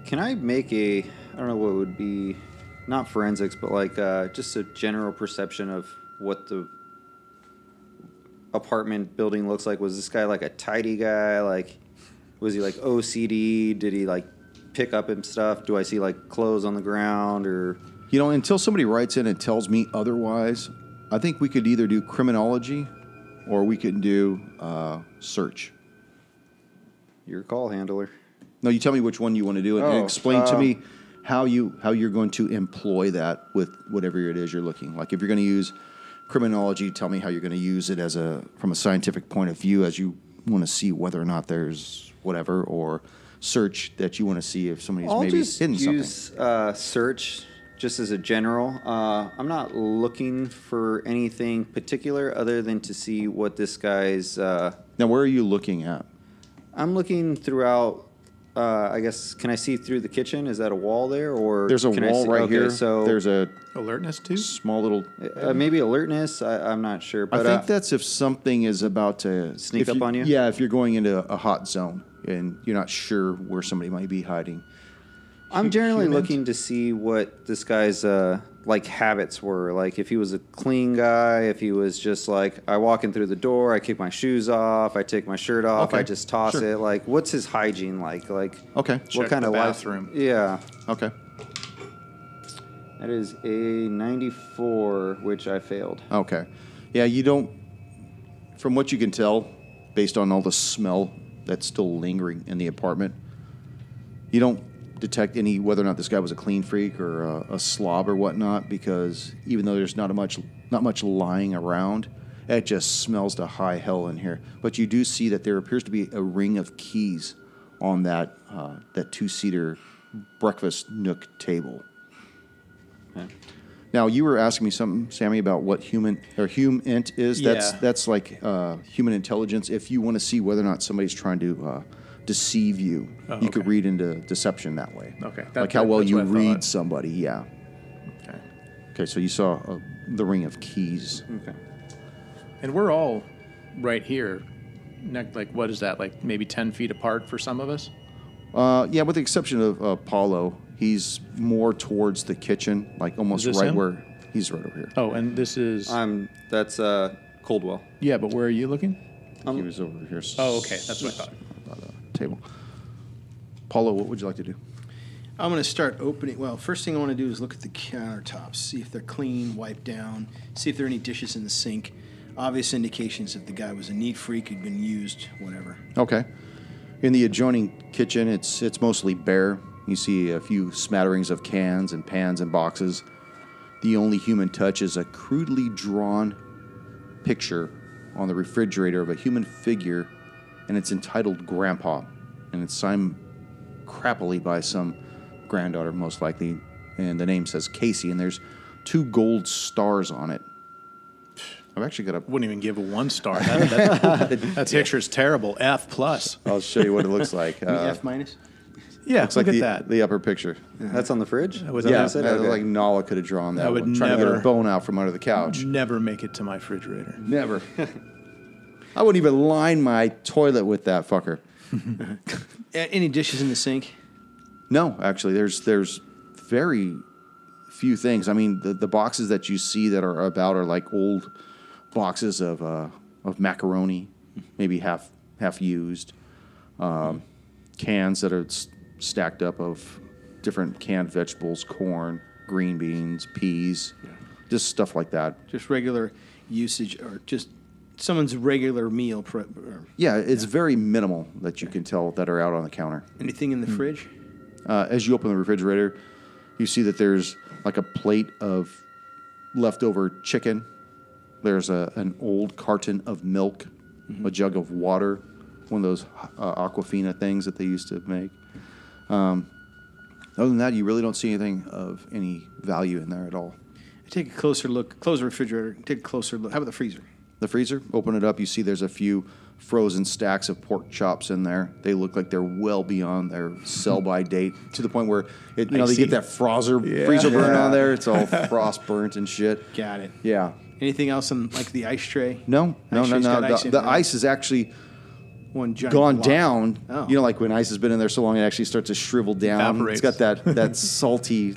Speaker 2: Can I make a I don't know what would be not forensics, but like uh, just a general perception of what the apartment building looks like? Was this guy like a tidy guy? Like was he like OCD? Did he like pick up and stuff? Do I see like clothes on the ground or
Speaker 3: You know, until somebody writes in and tells me otherwise, I think we could either do criminology or we could do uh, search.
Speaker 2: your call handler?
Speaker 3: No, you tell me which one you want to do and, and
Speaker 2: Oh,
Speaker 3: explain to
Speaker 2: uh,
Speaker 3: me how you how you're going to employ that with whatever it is you're looking. Like if you're going to use criminology, tell me how you're going to use it as a from a scientific point of view as you want to see whether or not there's whatever or search that you want to see if somebody's
Speaker 2: I'll
Speaker 3: maybe
Speaker 2: just
Speaker 3: hidden something.
Speaker 2: use uh, search just as a general. Uh, I'm not looking for anything particular other than to see what this guy's. Uh,
Speaker 3: Now, where are you looking at?
Speaker 2: I'm looking throughout. Uh, I guess can I see through the kitchen? Is that a wall there, or
Speaker 3: There's a
Speaker 2: can I
Speaker 3: wall
Speaker 2: see-
Speaker 3: right
Speaker 2: okay,
Speaker 3: here.
Speaker 2: So
Speaker 3: there's a
Speaker 4: Alertness too.
Speaker 3: small little
Speaker 2: uh, maybe alertness. I, I'm not sure, but
Speaker 3: I think
Speaker 2: uh,
Speaker 3: that's if something is about to
Speaker 2: Sneak
Speaker 3: if
Speaker 2: up on you?
Speaker 3: Yeah, if you're going into a hot zone and you're not sure where somebody might be hiding.
Speaker 2: I'm generally
Speaker 3: humans.
Speaker 2: looking to see what this guy's uh, like habits were. Like if he was a clean guy, if he was just like I walk in through the door, I kick my shoes off, I take my shirt off,
Speaker 3: Okay,
Speaker 2: I just toss
Speaker 3: sure.
Speaker 2: it. Like what's his hygiene like? Like
Speaker 3: Okay.
Speaker 4: Check
Speaker 2: what kind
Speaker 4: the
Speaker 2: of
Speaker 4: bathroom.
Speaker 2: life? Yeah,
Speaker 3: Okay.
Speaker 2: that is a 94, which I failed.
Speaker 3: Okay. Yeah, you don't from what you can tell, based on all the smell that's still lingering in the apartment, you don't detect any whether or not this guy was a clean freak or a, a slob or whatnot, because even though there's not a much not much lying around, it just smells to high hell in here. But you do see that there appears to be a ring of keys on that uh, that two seater breakfast nook table. Now you were asking me something, Sammy, about what human or hum int is. That's
Speaker 6: Yeah.
Speaker 3: that's like uh, human intelligence. If you want to see whether or not somebody's trying to uh, deceive you,
Speaker 4: Oh,
Speaker 3: you could
Speaker 4: okay.
Speaker 3: read into deception that way.
Speaker 4: Okay, that-
Speaker 3: like how
Speaker 4: that-
Speaker 3: well
Speaker 4: that's
Speaker 3: you
Speaker 4: what I
Speaker 3: read
Speaker 4: thought.
Speaker 3: somebody. Yeah.
Speaker 4: Okay.
Speaker 3: Okay, so you saw uh, the ring of keys.
Speaker 4: Hmm.
Speaker 2: Okay.
Speaker 4: And we're all right here. ne- Like what is that? Like maybe ten feet apart for some of us.
Speaker 3: Uh, yeah, with the exception of uh, Paulo, he's more towards the kitchen, like almost
Speaker 4: this
Speaker 3: right
Speaker 4: him?
Speaker 3: where he's right over here.
Speaker 4: Oh, and this is
Speaker 2: I'm that's uh, Coldwell.
Speaker 4: yeah. But where are you looking?
Speaker 3: he was over here.
Speaker 4: Um, Oh, okay, that's what I thought.
Speaker 3: By the table. Paulo, what would you like to do?
Speaker 5: I'm going to start opening. Well, first thing I want to do is look at the countertops, see if they're clean, wiped down, see if there are any dishes in the sink. Obvious indications if the guy was a neat freak who'd been used, whatever.
Speaker 3: Okay. In the adjoining kitchen, it's it's mostly bare. You see a few smatterings of cans and pans and boxes. The only human touch is a crudely drawn picture on the refrigerator of a human figure, and it's entitled Grandpa, and it's signed crappily by some granddaughter, most likely, and the name says Casey, and there's two gold stars on it. I've actually got a
Speaker 4: Wouldn't even give a one star. That, that, that picture's terrible. F plus.
Speaker 3: I'll show you what it looks like. Uh,
Speaker 5: F minus.
Speaker 4: Yeah,
Speaker 3: looks like the, the upper picture.
Speaker 2: That's on the fridge.
Speaker 4: was
Speaker 3: Yeah,
Speaker 4: I said,
Speaker 3: that-
Speaker 2: okay.
Speaker 3: like Nala could have drawn that
Speaker 4: I would
Speaker 3: one, trying to get her
Speaker 4: never-
Speaker 3: bone out from under the couch.
Speaker 4: Never make it to my refrigerator.
Speaker 3: Never. I wouldn't even line my toilet with that fucker.
Speaker 5: A- any dishes in the sink?
Speaker 3: No, actually, there's there's very few things. I mean, the, the boxes that you see that are about are like old boxes of uh, of macaroni, maybe half half used, um, cans that are s- stacked up of different canned vegetables, corn, green beans, peas, just stuff like that.
Speaker 5: Just regular usage or just someone's regular meal prep or
Speaker 3: Yeah, it's very minimal that you can tell that are out on the counter.
Speaker 5: anything in the fridge?
Speaker 3: uh, as you open the refrigerator, you see that there's like a plate of leftover chicken. There's a, an old carton of milk, a jug of water, one of those uh, Aquafina things that they used to make. Um, other than that, you really don't see anything of any value in there at all.
Speaker 5: Take a closer look. Close the refrigerator. Take a closer look. How about the freezer?
Speaker 3: The freezer, open it up, you see there's a few frozen stacks of pork chops in there. They look like they're well beyond their sell by date to the point where it, you know they
Speaker 5: Icy.
Speaker 3: get that frozer freezer burn on there. It's all frost burnt and shit.
Speaker 5: Got it.
Speaker 3: Yeah.
Speaker 5: Anything else on like the ice tray?
Speaker 3: No, no,
Speaker 5: Ice tray's
Speaker 3: no,
Speaker 5: got
Speaker 3: no.
Speaker 5: ice
Speaker 3: the
Speaker 5: in
Speaker 3: the
Speaker 5: it.
Speaker 3: ice has actually
Speaker 5: One giant
Speaker 3: gone
Speaker 5: block.
Speaker 3: down.
Speaker 5: Oh.
Speaker 3: You know, like when ice has been in there so long, it actually starts to shrivel down.
Speaker 4: Evaporates.
Speaker 3: It's got that that salty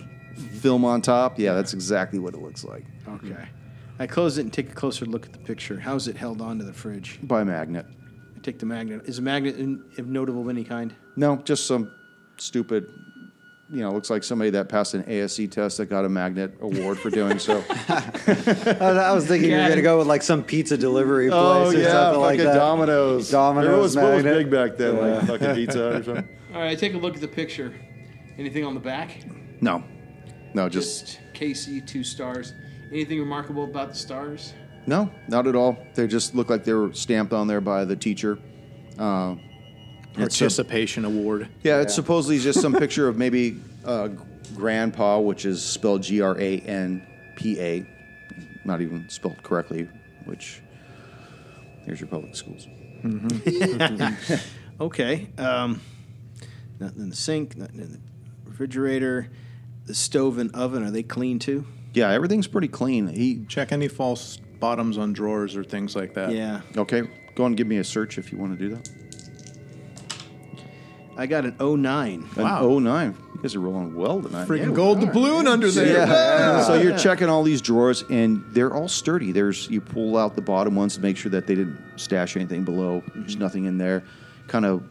Speaker 3: film on top. Yeah, that's exactly what it looks like
Speaker 5: Okay. I close it and take a closer look at the picture. How's it held onto the fridge?
Speaker 3: by magnet.
Speaker 5: I take the magnet. Is a magnet in, of notable of any kind?
Speaker 3: No, just some stupid. You know, looks like somebody that passed an ASC test that got a magnet award for doing so.
Speaker 2: I, I was thinking you were gonna go with like some pizza delivery place
Speaker 3: Oh,
Speaker 2: or something like that.
Speaker 3: Domino's.
Speaker 2: Domino's
Speaker 3: It was, it was
Speaker 2: magnet.
Speaker 3: big back then,
Speaker 2: Yeah.
Speaker 3: like fucking pizza Hut or something.
Speaker 5: All right. I take a look at the picture. Anything on the back?
Speaker 3: No, no, just
Speaker 5: Just KC two stars. Anything remarkable about the stars?
Speaker 3: No, not at all. They just look like they were stamped on there by the teacher. It's a-
Speaker 4: Participation award.
Speaker 3: Yeah, it's supposedly just some picture of maybe uh, grandpa, which is spelled G R A N P A, not even spelled correctly. Which there's your public schools.
Speaker 5: Okay. Um, nothing in the sink. Nothing in the refrigerator. The stove and oven are they clean too?
Speaker 3: Yeah, everything's pretty clean. He
Speaker 4: Check any false bottoms on drawers or things like
Speaker 3: Uh,
Speaker 4: that.
Speaker 5: yeah.
Speaker 3: okay. Go and give me a search if you want to do that.
Speaker 5: I got an 09.
Speaker 3: An
Speaker 4: Wow.
Speaker 3: oh nine. You guys are rolling well tonight.
Speaker 4: Freaking gold doubloon under there.
Speaker 3: Yeah. So you're checking all these drawers, and they're all sturdy. There's you pull out the bottom ones to make sure that they didn't stash anything below. There's
Speaker 4: Mm-hmm.
Speaker 3: nothing in there. Kind of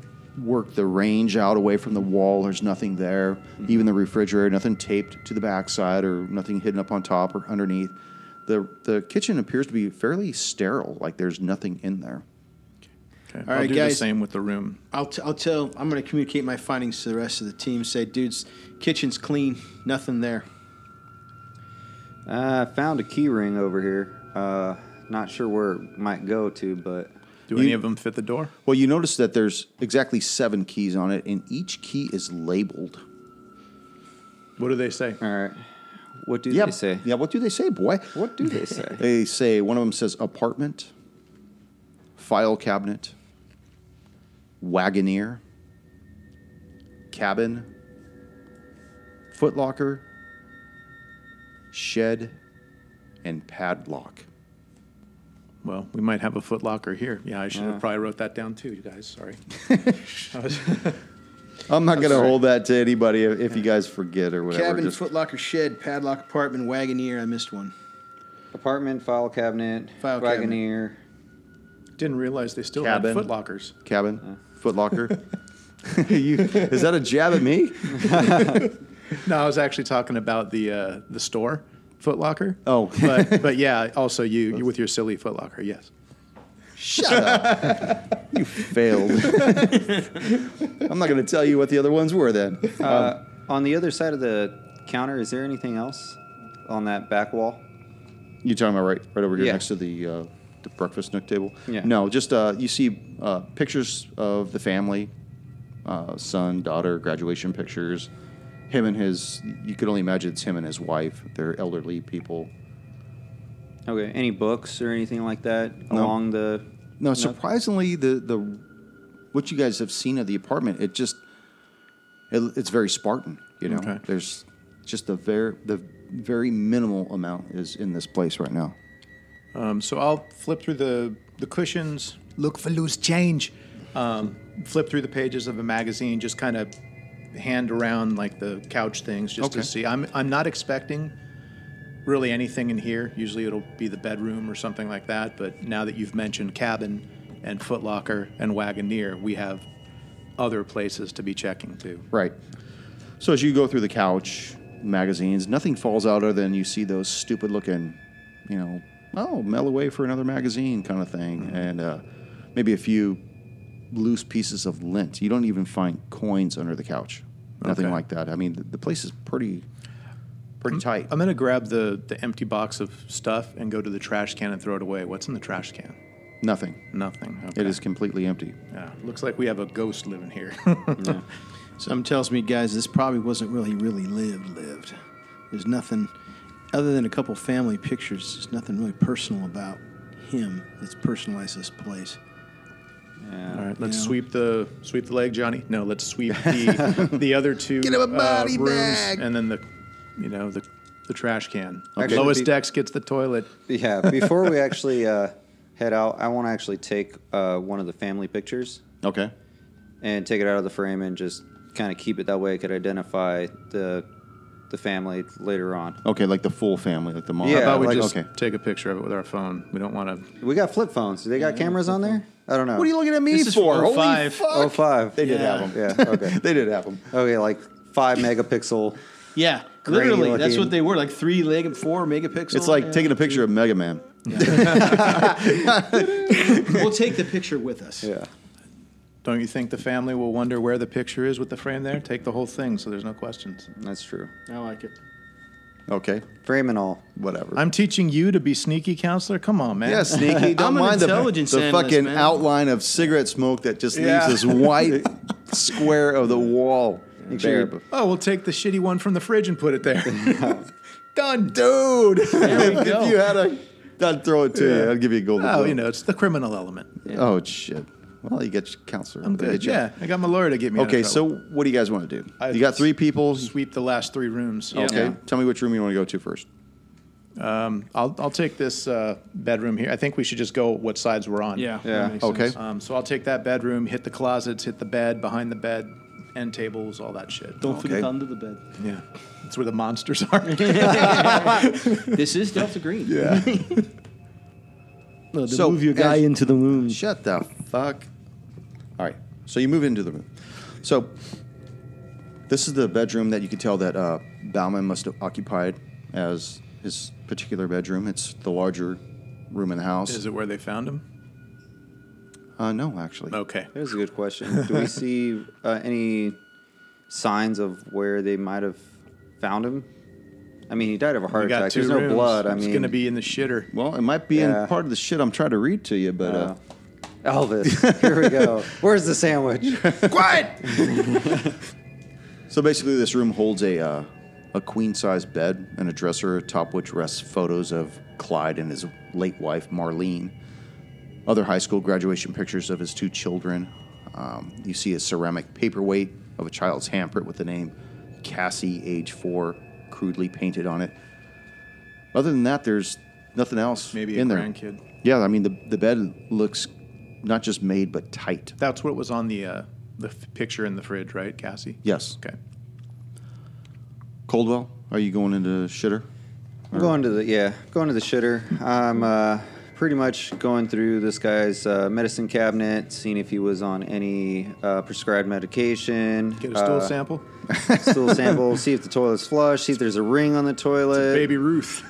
Speaker 3: work the range out away from the wall. There's nothing there.
Speaker 4: Mm-hmm.
Speaker 3: Even the refrigerator, nothing taped to the backside or nothing hidden up on top or underneath. The the kitchen appears to be fairly sterile. Like there's nothing in there.
Speaker 4: Okay.
Speaker 5: All
Speaker 4: I'll
Speaker 5: right,
Speaker 4: do the
Speaker 5: guys.
Speaker 4: same with the room.
Speaker 5: I'll, t- I'll tell, I'm going to communicate my findings to the rest of the team. Say, dudes, kitchen's clean, nothing there.
Speaker 2: Uh, I found a key ring over here. Uh, not sure where it might go to, but
Speaker 4: Do any of them fit the door?
Speaker 3: Well, you notice that there's exactly seven keys on it, and each key is labeled.
Speaker 4: What do they say?
Speaker 2: all right. What do they say?
Speaker 3: Yeah. What do they say, boy?
Speaker 2: What do they say?
Speaker 3: They say one of them says apartment, file cabinet, wagoneer, cabin, footlocker, shed, and padlock.
Speaker 4: Well, we might have a footlocker here. Yeah, I should have probably wrote that down too, you guys. Sorry. I was-
Speaker 3: I'm not going to hold that to anybody if, if you guys forget or whatever.
Speaker 5: Cabin,
Speaker 3: just-
Speaker 5: footlocker, shed, padlock, apartment, wagoneer. I missed one.
Speaker 2: Apartment, file cabinet,
Speaker 5: File cabinet.
Speaker 2: wagoneer.
Speaker 4: Didn't realize they still
Speaker 3: Cabin.
Speaker 4: had footlockers.
Speaker 3: cabin, footlocker. you, is that a jab at me?
Speaker 4: No, I was actually talking about the uh, the store footlocker.
Speaker 3: Oh.
Speaker 4: but but yeah, also you, you with your silly footlocker. Yes.
Speaker 3: Shut up. you failed. I'm not going to tell you what the other ones were then.
Speaker 2: Uh, on the other side of the counter, is there anything else on that back wall?
Speaker 3: You talking about right, right over here
Speaker 2: Yeah.
Speaker 3: next to the uh, the breakfast nook table?
Speaker 2: Yeah.
Speaker 3: No, just uh, you see uh, pictures of the family, uh, son, daughter, graduation pictures. Him and his, you could only imagine it's him and his wife. They're elderly people.
Speaker 2: Okay. Any books or anything like that
Speaker 3: No.
Speaker 2: along the?
Speaker 3: No, surprisingly, the the what you guys have seen of the apartment, it just it, it's very Spartan. You know,
Speaker 4: Okay.
Speaker 3: there's just a very the very minimal amount is in this place right now.
Speaker 4: Um, so I'll flip through the the cushions, look for loose change, um, flip through the pages of a magazine, just kind of hand around like the couch things just
Speaker 3: Okay.
Speaker 4: to see. I'm I'm not expecting really anything in here. Usually it'll be the bedroom or something like that. But now that you've mentioned cabin and Foot Locker and Wagoneer, we have other places to be checking too.
Speaker 3: Right. So as you go through the couch, magazines, nothing falls out other than you see those stupid looking, you know, oh, mail away for another magazine kind of thing. And uh, maybe a few loose pieces of lint. You don't even find coins under the couch. Nothing
Speaker 4: Okay.
Speaker 3: like that. I mean, the, the place is pretty, pretty tight.
Speaker 4: I'm gonna grab the the empty box of stuff and go to the trash can and throw it away. What's in the trash can?
Speaker 3: Nothing.
Speaker 4: Nothing.
Speaker 3: It
Speaker 4: Okay.
Speaker 3: is completely empty.
Speaker 4: Yeah, looks like we have a ghost living here.
Speaker 5: Something tells me, guys, this probably wasn't really, really lived, lived. There's nothing, other than a couple family pictures, there's nothing really personal about him that's personalized this place.
Speaker 4: All right, let's sweep the sweep the leg, Johnny. No, let's sweep the the other two
Speaker 1: him a
Speaker 4: uh,
Speaker 1: body
Speaker 4: rooms
Speaker 1: bag.
Speaker 4: and then the you know the the trash can.
Speaker 2: Actually,
Speaker 4: Lois
Speaker 2: be-
Speaker 4: Dex gets the toilet.
Speaker 1: Uh,
Speaker 2: Yeah, before we actually uh, head out, I want to actually take uh, one of the family pictures
Speaker 3: Okay.
Speaker 2: and take it out of the frame and just kind of keep it that way. I could identify the the family later on.
Speaker 3: Okay, like the full family, like the mom.
Speaker 2: Yeah,
Speaker 4: How about we
Speaker 2: like-
Speaker 4: just
Speaker 3: okay.
Speaker 4: take a picture of it with our phone? We don't want to.
Speaker 2: We got flip phones. Do they got cameras on there? I don't know.
Speaker 1: What are you looking at me
Speaker 4: This is
Speaker 1: for?
Speaker 4: for
Speaker 1: Holy
Speaker 4: five.
Speaker 1: fuck!
Speaker 2: Oh five. They
Speaker 3: did have 'em.
Speaker 2: Yeah. Okay.
Speaker 3: they did have them.
Speaker 2: okay. Like five megapixel.
Speaker 6: Yeah,
Speaker 2: Grainy
Speaker 6: literally, that's
Speaker 2: looking.
Speaker 6: what they were like three leg, four megapixels.
Speaker 3: It's like taking a picture of Mega Man.
Speaker 6: We'll take the picture with us.
Speaker 2: Yeah.
Speaker 4: Don't you think the family will wonder where the picture is with the frame there? Take the whole thing, so there's no questions.
Speaker 2: That's true.
Speaker 6: I like it.
Speaker 3: Okay,
Speaker 2: Frame and all.
Speaker 3: whatever.
Speaker 4: I'm teaching you to be sneaky, counselor. Come on, man.
Speaker 3: Yeah, sneaky. Don't
Speaker 6: I'm an
Speaker 3: mind the,
Speaker 6: intelligence
Speaker 3: the
Speaker 6: analyst,
Speaker 3: fucking
Speaker 6: man.
Speaker 3: outline of cigarette smoke that just
Speaker 4: Yeah.
Speaker 3: leaves this white square of the wall.
Speaker 2: sure
Speaker 3: there.
Speaker 2: you-
Speaker 4: Oh, we'll take the shitty one from the fridge and put it there. Done.
Speaker 3: Dude, if
Speaker 6: go.
Speaker 3: you had a, I'd throw it to you. I'd give you a golden.
Speaker 4: Oh,
Speaker 3: globe.
Speaker 4: you know, it's the criminal element.
Speaker 3: Oh shit. Well, you get your counselor.
Speaker 4: I'm
Speaker 3: They
Speaker 4: good.
Speaker 3: get you.
Speaker 4: Yeah, I got my lawyer to get me. out of
Speaker 3: Okay,
Speaker 4: trouble.
Speaker 3: so what do you guys want to do?
Speaker 4: I-
Speaker 3: you got three people.
Speaker 4: sweep the last three rooms.
Speaker 6: Yeah.
Speaker 3: Okay, tell me which room you want to go to first.
Speaker 4: I'll, I'll take this uh, bedroom here. I think we should just go what sides we're on.
Speaker 6: Yeah. that
Speaker 2: Yeah,
Speaker 6: makes
Speaker 3: Okay.
Speaker 6: sense.
Speaker 4: Um, so I'll take that bedroom, hit the closets, hit the bed, behind the bed, end tables, all that shit.
Speaker 6: Don't forget
Speaker 3: Okay.
Speaker 6: under the bed.
Speaker 4: Yeah. That's where the monsters are.
Speaker 6: This is Delta Green. Yeah.
Speaker 3: to So, move your guy as-
Speaker 6: into the moon.
Speaker 3: Shut the fuck. All right. So you move into the room. So this is the bedroom that you can tell that uh, Bauman must have occupied as his particular bedroom. It's the larger room in the house.
Speaker 4: is it where they found him?
Speaker 3: Uh, no, actually.
Speaker 4: Okay.
Speaker 2: That was a good question. Do we see uh, any signs of where they might have found him? I mean, he died of a heart
Speaker 4: We got
Speaker 2: attack.
Speaker 4: two
Speaker 2: There's
Speaker 4: rooms.
Speaker 2: no blood. I
Speaker 4: it's
Speaker 2: mean,
Speaker 4: going to be in the shitter.
Speaker 3: Well, it might be
Speaker 2: Yeah.
Speaker 3: in part of the shit I'm trying to read to you, but uh,
Speaker 2: uh, Elvis. Here we go. Where's the sandwich?
Speaker 1: Quiet!
Speaker 3: so basically this room holds a uh, a queen size bed and a dresser atop which rests photos of Clyde and his late wife Marlene. other high school graduation pictures of his two children. Um, you see a ceramic paperweight of a child's hamper with the name Cassie, age four, crudely painted on it. Other than that, there's nothing else
Speaker 4: Maybe a
Speaker 3: in there.
Speaker 4: grandkid.
Speaker 3: Yeah, I mean the the bed looks not just made but tight.
Speaker 4: That's what was on the, uh, the f- picture in the fridge, right, Cassie?
Speaker 3: Yes.
Speaker 4: Okay.
Speaker 3: Coldwell, are you going into shitter?
Speaker 2: I'm going to the yeah, going to the shitter. I'm uh, pretty much going through this guy's uh, medicine cabinet, seeing if he was on any uh, prescribed medication.
Speaker 4: Get a stool
Speaker 2: uh,
Speaker 4: sample.
Speaker 2: stool sample. See if the toilet's flush. See if there's a ring on the toilet.
Speaker 4: Baby Ruth.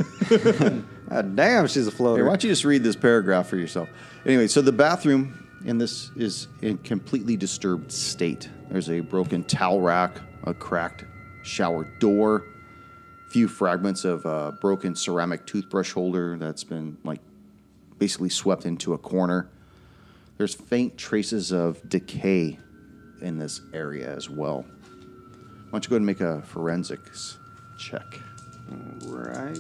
Speaker 2: Ah, damn, she's a
Speaker 3: Here,
Speaker 2: floater.
Speaker 3: why don't you just read this paragraph for yourself? Anyway, so the bathroom in this is in completely disturbed state. There's a broken towel rack, a cracked shower door, few fragments of a broken ceramic toothbrush holder that's been like basically swept into a corner. There's faint traces of decay in this area as well. Why don't you go ahead and make a forensics check?
Speaker 2: Right.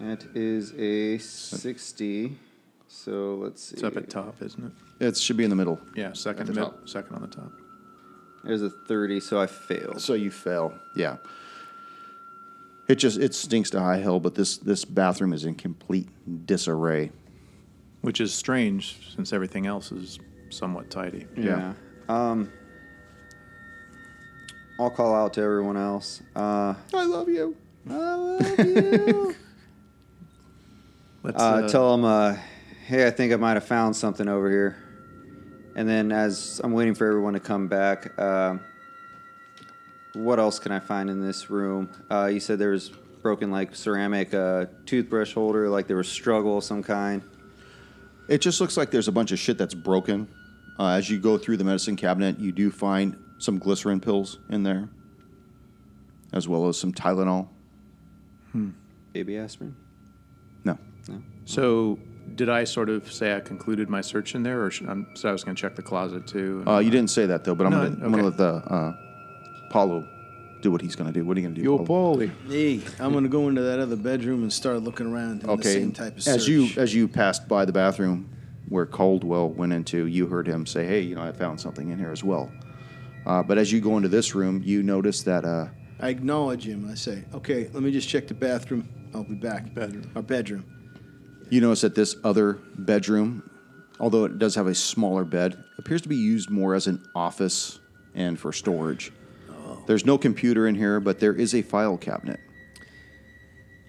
Speaker 2: That is a 60. So let's see.
Speaker 4: it's up at top, isn't it?
Speaker 3: It should be in the middle.
Speaker 4: Yeah, second
Speaker 3: the
Speaker 4: mid-
Speaker 3: top.
Speaker 4: second on the top.
Speaker 2: There's a 30, so I failed.
Speaker 3: So you fail. Yeah. It just it stinks to high hell, but this this bathroom is in complete disarray.
Speaker 4: Which is strange since everything else is somewhat tidy.
Speaker 2: yeah. Um, I'll call out to everyone else. Uh,
Speaker 3: I love you.
Speaker 4: Let's
Speaker 2: uh,
Speaker 4: uh,
Speaker 2: tell them, uh, hey, I think I might have found something over here. And then, as I'm waiting for everyone to come back, um what else can I find in this room? Uh, you said there was broken like ceramic uh, toothbrush holder, like there was struggle of some kind.
Speaker 3: It just looks like there's a bunch of shit that's broken. Uh, as you go through the medicine cabinet, you do find some glycerin pills in there, as well as some Tylenol.
Speaker 2: Baby aspirin.
Speaker 3: No, Uh,
Speaker 4: So, did I sort of say I concluded my search in there, or should, I'm, so I was going to check the closet too? and-
Speaker 3: uh, you didn't say that though. But I'm
Speaker 4: No,
Speaker 3: gonna, I'm gonna
Speaker 4: okay.
Speaker 3: let the uh, Paulo do what he's gonna do. What are you gonna do?
Speaker 4: Yo,
Speaker 3: Paulo?
Speaker 4: Paulie.
Speaker 5: Hey, I'm gonna go into that other bedroom and start looking around. In the
Speaker 3: okay.
Speaker 5: same type of search.
Speaker 3: as you as you passed by the bathroom where Caldwell went into, you heard him say, "Hey, you know, I found something in here as well." Uh, but as you go into this room, you notice that uh,
Speaker 5: I acknowledge him. I say, okay, let me just check the bathroom. I'll be back. Bedroom. Our bedroom.
Speaker 3: You notice that this other bedroom, although it does have a smaller bed, appears to be used more as an office and for storage.
Speaker 5: Oh.
Speaker 3: There's no computer in here, but there is a file cabinet.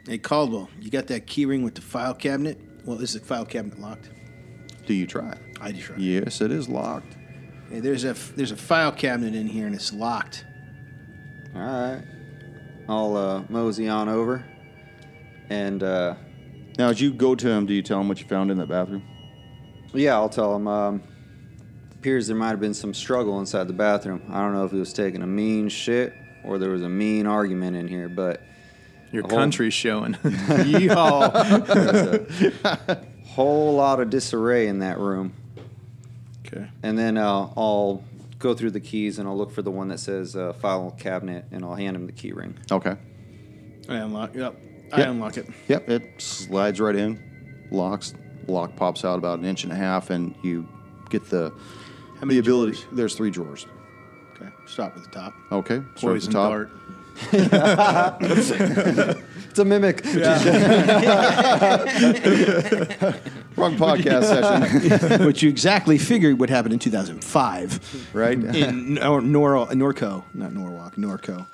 Speaker 5: Hey Caldwell, you got that key ring with the file cabinet? Well, is the file cabinet locked?
Speaker 3: Do you try?
Speaker 5: I just tried.
Speaker 3: Yes, it is locked.
Speaker 5: Hey, there's a there's a file cabinet in here and it's locked.
Speaker 2: All right. I'll uh, mosey on over. And uh,
Speaker 3: Now, as you go to him, do you tell him what you found in that bathroom?
Speaker 2: yeah, I'll tell him. Um, appears there might have been some struggle inside the bathroom. I don't know if he was taking a mean shit or there was a mean argument in here, but
Speaker 4: Your
Speaker 2: whole-
Speaker 4: country's showing. Yeehaw.
Speaker 2: whole lot of disarray in that room.
Speaker 4: okay.
Speaker 2: And then uh, I'll go through the keys and I'll look for the one that says uh, file cabinet and I'll hand him the key ring.
Speaker 3: Okay.
Speaker 5: I unlock. Yep. I
Speaker 3: Yep.
Speaker 5: unlock it.
Speaker 3: Yep, it slides right in, locks. Lock pops out about an inch and a half, and you get the
Speaker 5: How many
Speaker 3: the ability. There's three drawers.
Speaker 5: Okay. Stop at the top.
Speaker 3: Okay, start at the
Speaker 4: Poison
Speaker 3: top.
Speaker 4: dart.
Speaker 2: It's a mimic.
Speaker 3: Wrong podcast session,
Speaker 5: Which you exactly figured would happen in 2005
Speaker 3: right?
Speaker 5: in Nor- Nor- Norco, not Norwalk, Norco.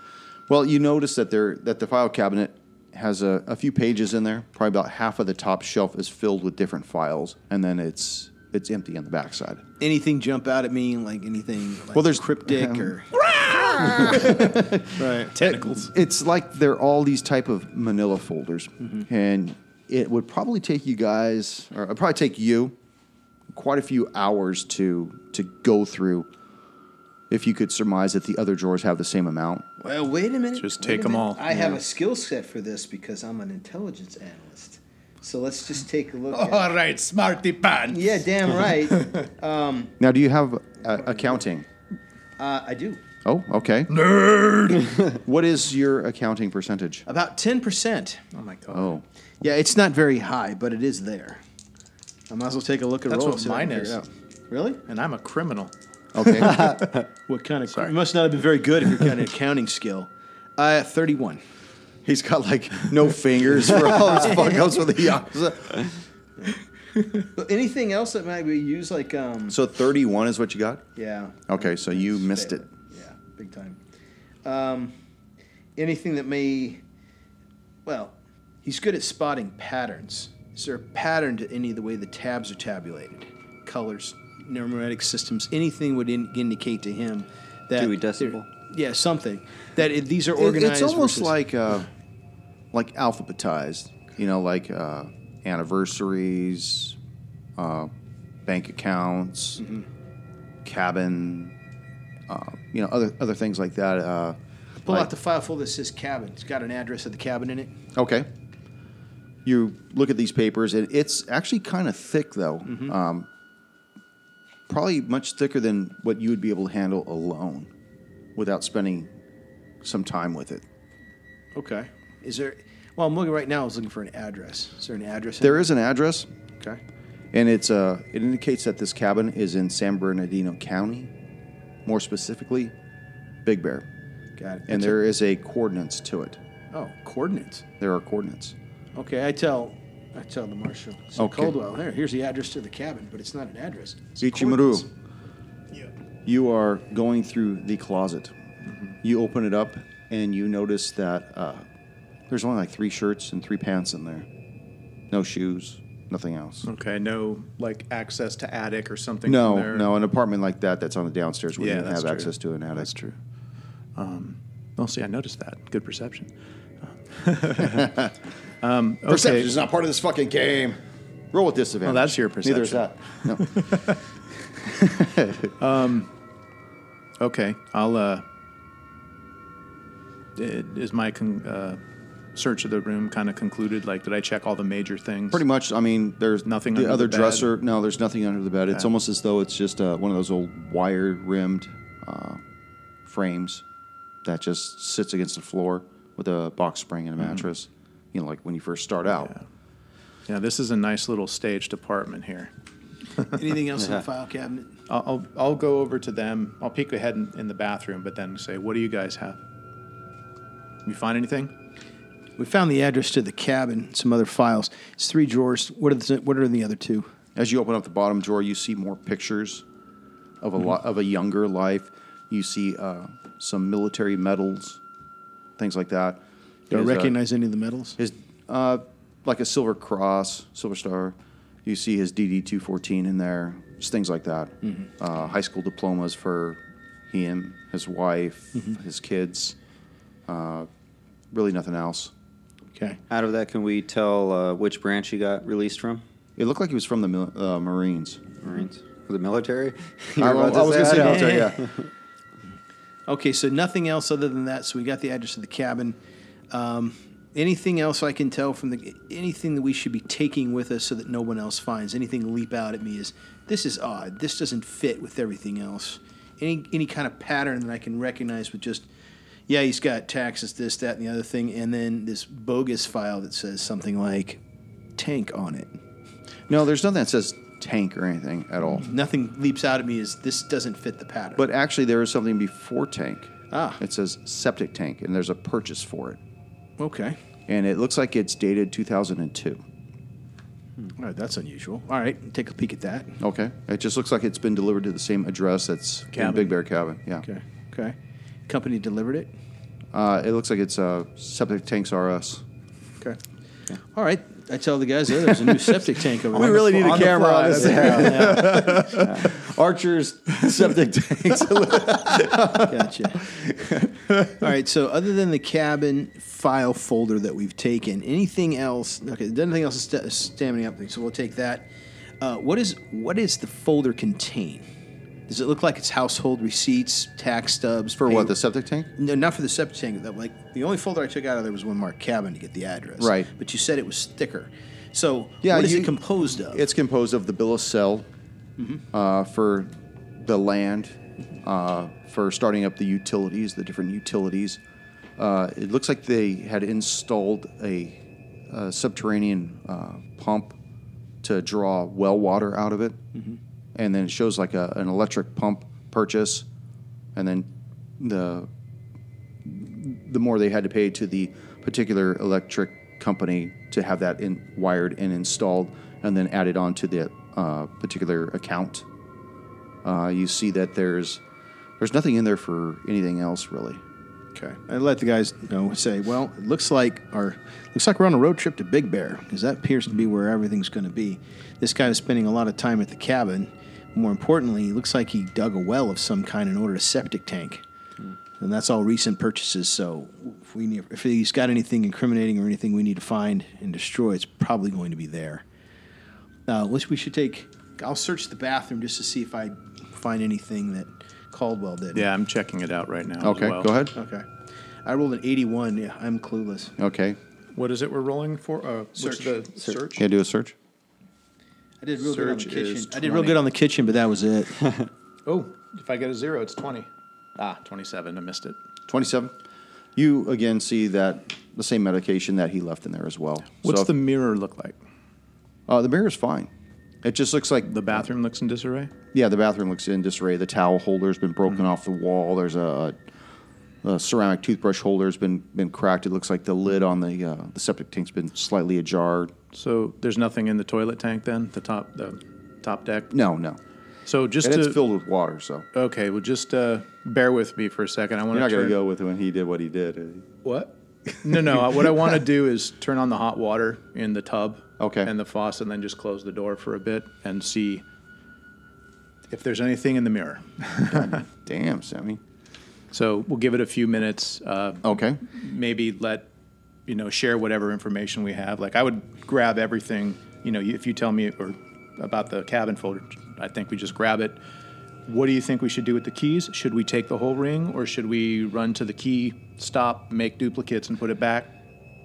Speaker 3: Well, you notice that there that the file cabinet has a, a few pages in there. Probably about half of the top shelf is filled with different files, and then it's it's empty on the backside.
Speaker 5: Anything jump out at me? Like anything? Like
Speaker 3: Well, there's-
Speaker 5: cryptic or right.
Speaker 4: Tentacles.
Speaker 3: It's like they're all these type of Manila folders, and it would probably take you guys, or it'd probably take you, quite a few hours to to go through. If you could surmise that the other drawers have the same amount,
Speaker 5: Well, wait a minute.
Speaker 4: Just
Speaker 5: wait
Speaker 4: take
Speaker 5: a
Speaker 4: 'em
Speaker 5: minute.
Speaker 4: all.
Speaker 5: I have a skill set for this because I'm an intelligence analyst. So let's just take a look. at
Speaker 4: All right, smarty pants.
Speaker 5: Yeah, damn right.
Speaker 3: now do you have uh, accounting?
Speaker 5: uh, I do.
Speaker 3: Oh, okay. Nerd. what is your accounting percentage?
Speaker 5: About 10%.
Speaker 4: Oh my god.
Speaker 3: Oh,
Speaker 5: Yeah, it's not very high, but it is there. I might as well take a look at
Speaker 4: That's
Speaker 5: roll
Speaker 4: what
Speaker 5: so I can
Speaker 4: mine
Speaker 5: figure
Speaker 4: is.
Speaker 5: it out. Really?
Speaker 4: And I'm a criminal.
Speaker 3: okay.
Speaker 5: What kind of? You must not have been very good if you're kind of accounting skill. Uh, 31.
Speaker 3: He's got like no fingers for all his fuck ups with the yakuza.
Speaker 5: But Anything else that might be used like um?
Speaker 3: So thirty one is what you got?
Speaker 5: Yeah.
Speaker 3: Okay, so you missed it.
Speaker 5: Yeah, big time. Um, anything that may, well, he's good at spotting patterns. Is there a pattern to any of the way the tabs are tabulated? Colors, numeric systems, anything would in- indicate to him that.
Speaker 2: Dewey
Speaker 5: they're-
Speaker 2: Decimal?
Speaker 5: Yeah, something. That it, these are
Speaker 3: It- It's
Speaker 5: organized.
Speaker 3: almost
Speaker 5: versus-
Speaker 3: like uh, like alphabetized, you know, like uh, anniversaries, uh, bank accounts,
Speaker 5: Mm-hmm.
Speaker 3: cabin, uh, you know, other other things like that. Uh,
Speaker 5: Pull
Speaker 3: like-
Speaker 5: out the file folder that says cabin. It's got an address of the cabin in it.
Speaker 3: Okay. You look at these papers, and it's actually kind of thick, though.
Speaker 5: Mm-hmm.
Speaker 3: Um, probably much thicker than what you would be able to handle alone without spending some time with it.
Speaker 5: Okay. Is there. Well, I'm looking right now. I was looking for an address. Is there an address?
Speaker 3: There
Speaker 5: in
Speaker 3: is an address,
Speaker 5: Okay.
Speaker 3: and it's uh, it indicates that this cabin is in San Bernardino County, more specifically, Big Bear.
Speaker 5: Got it.
Speaker 3: And
Speaker 5: That's
Speaker 3: there is a coordinates to it.
Speaker 5: a- oh, coordinates.
Speaker 3: There are coordinates.
Speaker 5: Okay, I tell, I tell the marshal. So
Speaker 3: Okay.
Speaker 5: Caldwell, here, here's the address to the cabin, but it's not an address. It's
Speaker 3: Ichimaru.
Speaker 5: coordinates.
Speaker 3: You are going through the closet.
Speaker 4: Mm-hmm.
Speaker 3: You open it up and you notice that uh, there's only like three shirts and three pants in there. No shoes, nothing else.
Speaker 4: Okay, no like access to attic or something.
Speaker 3: No,
Speaker 4: from there?
Speaker 3: no, an apartment like that that's on the downstairs
Speaker 4: Yeah,
Speaker 3: wouldn't even
Speaker 4: that's
Speaker 3: have
Speaker 4: true.
Speaker 3: access to an attic. That's true.
Speaker 4: Oh, see, I noticed that. Good perception. um, okay.
Speaker 3: Perception is not part of this fucking game. Roll with disadvantage.
Speaker 4: Well, Oh, that's your
Speaker 3: Neither is that. No.
Speaker 4: Okay, I'll. Uh, i- is my con- uh, search of the room kind of concluded? Like, did I check all the major things?
Speaker 3: Pretty much. I mean, there's
Speaker 4: Nothing
Speaker 3: The
Speaker 4: under
Speaker 3: other
Speaker 4: the bed?
Speaker 3: dresser. No, there's nothing under the bed. It's almost as though it's just uh, one of those old wire-rimmed uh, frames that just sits against the floor with a box spring and a mattress. You know, like when you first start out.
Speaker 4: Mm-hmm. Yeah, this is a nice little staged apartment here.
Speaker 5: Anything else in the file cabinet?
Speaker 4: I'll, I'll I'll go over to them. I'll peek ahead in, in the bathroom, but then say, "What do you guys have? You find anything?
Speaker 5: We found the address to the cabin, some other files. It's three drawers. What are the, what are the other two?
Speaker 3: As you open up the bottom drawer, you see more pictures of a
Speaker 4: Mm-hmm.
Speaker 3: lo- of a younger life. You see uh, some military medals, things like that.
Speaker 5: Do I
Speaker 3: His, uh,
Speaker 5: recognize any of the medals?
Speaker 3: his uh, like a silver cross, silver star. You see his DD two fourteen in there, just things like that. Uh, high school diplomas for him, his wife, his kids. Uh, really, nothing else.
Speaker 5: Okay.
Speaker 2: Out of that, can we tell uh, which branch he got released from?
Speaker 3: It looked like he was from the mil- uh, Marines.
Speaker 2: Marines. The military?
Speaker 3: I, I was going to say military. Yeah.
Speaker 5: Okay, so nothing else other than that. So we got the address of the cabin. Um, anything else I can tell from the anything that we should be taking with us so that no one else finds anything leap out at me is this is odd. This doesn't fit with everything else. Any any kind of pattern that I can recognize with just yeah, he's got taxes, this, that, and the other thing, and then this bogus file that says something like tank on it.
Speaker 3: No, there's nothing that says tank or anything at all.
Speaker 5: Nothing leaps out at me is this doesn't fit the pattern.
Speaker 3: But actually, there is something before tank.
Speaker 5: Ah.
Speaker 3: It says septic tank, and there's a purchase for it.
Speaker 5: okay.
Speaker 3: And it looks like it's dated 2002.
Speaker 5: All right, that's unusual. All right, take a peek at that.
Speaker 3: Okay. It just looks like it's been delivered to the same address that's in
Speaker 4: Cabin.
Speaker 3: Big Bear Cabin. Yeah.
Speaker 5: Okay. Okay. Company delivered it.
Speaker 3: Uh, it looks like it's uh, Septic Tanks RS.
Speaker 5: Okay. All right. I tell the guys there, there's a new septic tank over there.
Speaker 3: need a camera on this. Archer's septic tanks.
Speaker 5: Gotcha. All right. So, other than the cabin file folder that we've taken, anything else? Okay. Nothing else is st- standing up. So we'll take that. Uh, what is what does the folder contain? Does it look like it's household receipts, tax stubs
Speaker 3: For what?
Speaker 5: pay-
Speaker 3: The septic tank?
Speaker 5: No, not for the septic tank. That like the only folder I took out of there was one marked cabin to get the address.
Speaker 3: Right.
Speaker 5: But you said it was thicker. So
Speaker 3: Yeah,
Speaker 5: what is
Speaker 3: you-
Speaker 5: it composed of?
Speaker 3: Uh, It's composed of the bill of sale uh, for the land, uh, for starting up the utilities, the different utilities. Uh, it looks like they had installed a, a subterranean uh, pump to draw well water out of it, and then it shows like a, an electric pump purchase, and then the the more they had to pay to the particular electric company to have that in, wired and installed and then added on to the uh, particular account. Uh, you see that there's there's nothing in there for anything else really.
Speaker 5: Okay. I let the guys know. Say, well, it looks like our looks like we're on a road trip to Big Bear because that appears to be where everything's going to be. This guy was spending a lot of time at the cabin. More importantly, it looks like he dug a well of some kind and ordered a septic tank. And that's all recent purchases. So if we need, if he's got anything incriminating or anything we need to find and destroy, it's probably going to be there. Uh, which we should take. I'll search the bathroom just to see if I find anything that Caldwell did.
Speaker 4: Yeah, I'm checking it out right now. as
Speaker 3: Okay,
Speaker 4: well.
Speaker 3: go ahead.
Speaker 5: Okay. I rolled an 81. Yeah, I'm clueless.
Speaker 3: Okay,
Speaker 4: What is it we're rolling for? Uh, search. the search?
Speaker 3: yeah, do a search.
Speaker 5: I did real
Speaker 4: Search
Speaker 5: good on the
Speaker 4: is
Speaker 5: kitchen. I did real
Speaker 4: 20.
Speaker 5: good on the kitchen, but that was it.
Speaker 4: Oh, if I get a zero, it's 20. Ah, 27. I missed it.
Speaker 3: Twenty-seven. You again see that the same medication that he left in there as well.
Speaker 4: What's
Speaker 3: So-
Speaker 4: the mirror look like?
Speaker 3: uh, the mirror's fine. It just looks like
Speaker 4: The bathroom looks in disarray.
Speaker 3: Yeah, the bathroom looks in disarray. The towel holder's been broken
Speaker 4: Mm-hmm.
Speaker 3: off the wall. There's a, a ceramic toothbrush holder's been been cracked. It looks like the lid on the uh, the septic tank's been slightly ajar.
Speaker 4: So there's nothing in the toilet tank then, the top, the top deck.
Speaker 3: No, no.
Speaker 4: So just
Speaker 3: and
Speaker 4: to
Speaker 3: it's filled with water, so
Speaker 4: okay, well, just uh, bear with me for a second. I want
Speaker 2: You're
Speaker 4: to
Speaker 2: not going
Speaker 4: turn
Speaker 2: to go with when he did what he did. is he?
Speaker 4: what? No, no. what I want to do is turn on the hot water in the tub,
Speaker 3: Okay.
Speaker 4: and the faucet, and then just close the door for a bit and see if there's anything in the mirror.
Speaker 3: damn, Sammy.
Speaker 4: So we'll give it a few minutes. Uh,
Speaker 3: Okay,
Speaker 4: maybe let you know share whatever information we have like i would grab everything you know if you tell me or about the cabin folder i think we just grab it what do you think we should do with the keys should we take the whole ring or should we run to the key stop make duplicates and put it back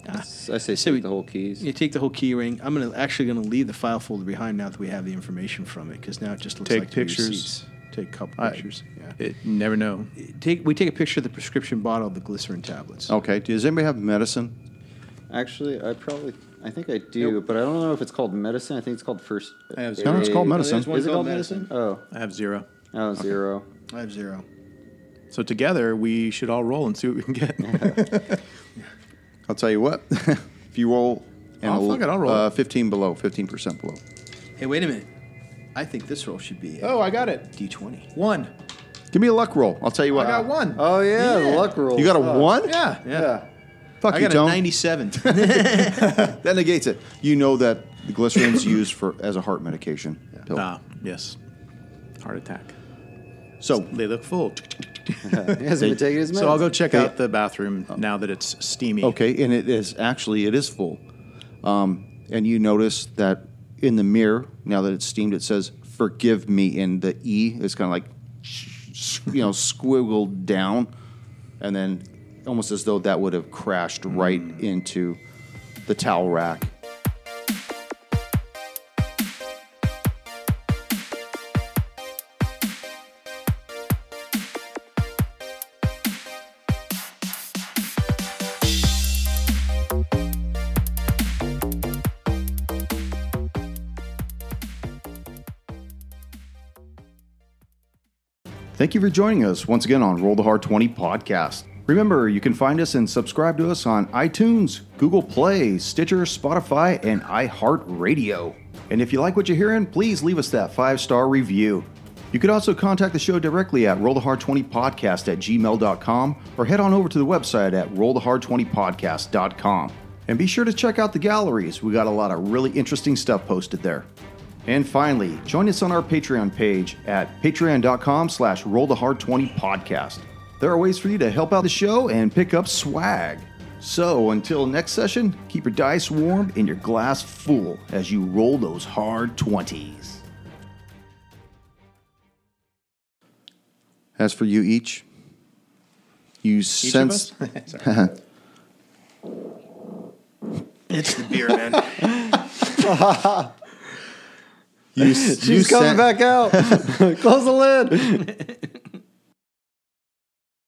Speaker 2: I say
Speaker 6: So
Speaker 2: take
Speaker 6: we-
Speaker 2: the whole keys.
Speaker 5: You take the whole key ring. I'm gonna actually gonna leave the file folder behind now that we have the information from it because now it just looks
Speaker 4: Take
Speaker 5: like the
Speaker 4: pictures.
Speaker 5: receipts. Take a couple
Speaker 4: I-
Speaker 5: pictures. yeah.
Speaker 4: it, never know
Speaker 5: Take we take a picture of the prescription bottle of the glycerin tablets.
Speaker 3: okay. Does anybody have medicine?
Speaker 2: Actually, I probably, I think I do, but I don't know if it's called medicine. I think it's called first.
Speaker 4: I have
Speaker 3: No,
Speaker 4: zero.
Speaker 3: no, it's called
Speaker 2: aid.
Speaker 3: medicine.
Speaker 2: Is it called medicine?
Speaker 4: i have zero
Speaker 2: Oh, oh, zero.
Speaker 5: I have zero.
Speaker 4: so together we should all roll and see what we can get
Speaker 3: I'll tell you what. if you roll, and
Speaker 4: Oh, fuck it, I'll roll.
Speaker 3: Uh, Fifteen below, fifteen percent below.
Speaker 5: Hey, wait a minute. I think this roll should be
Speaker 4: oh i got it
Speaker 5: D20.
Speaker 4: one
Speaker 3: Give me a luck roll. I'll tell you
Speaker 4: i
Speaker 3: what.
Speaker 4: got one
Speaker 2: Oh yeah,
Speaker 5: Yeah.
Speaker 2: the luck roll.
Speaker 3: You got a one?
Speaker 4: yeah
Speaker 2: Yeah.
Speaker 3: Fuck
Speaker 5: I
Speaker 3: you,
Speaker 5: got a
Speaker 3: Tone.
Speaker 5: 97.
Speaker 3: That negates it. You know that the glycerin's used for as a heart medication pill.
Speaker 4: ah yes heart attack
Speaker 3: So
Speaker 4: they look full
Speaker 2: He hasn't been taking his meds.
Speaker 4: So I'll go check out the bathroom now that it's steamy.
Speaker 3: Okay, and it is actually it is full. Um, and you notice that in the mirror now that it's steamed, it says "Forgive me," and the E is kind of like you know squiggled down, and then almost as though that would have crashed right into the towel rack. Thank you for joining us once again on Roll the Hard 20 podcast. Remember, you can find us and subscribe to us on iTunes, Google Play, Stitcher, Spotify, and iHeartRadio. And if you like what you're hearing, please leave us that five star review. You could also contact the show directly at rollthehard20podcast at gmail.com or head on over to the website at rollthehard20podcast.com. And be sure to check out the galleries. We got a lot of really interesting stuff posted there. And finally, join us on our Patreon page at patreon.com slash roll the hard 20 podcast. There are ways for you to help out the show and pick up swag. So until next session, keep your dice warm and your glass full as you roll those hard 20s. As for you each, you
Speaker 4: Each
Speaker 3: sense
Speaker 4: of us? Sorry.
Speaker 5: it's the beer, man.
Speaker 3: you,
Speaker 2: She's coming back out. Close the lid.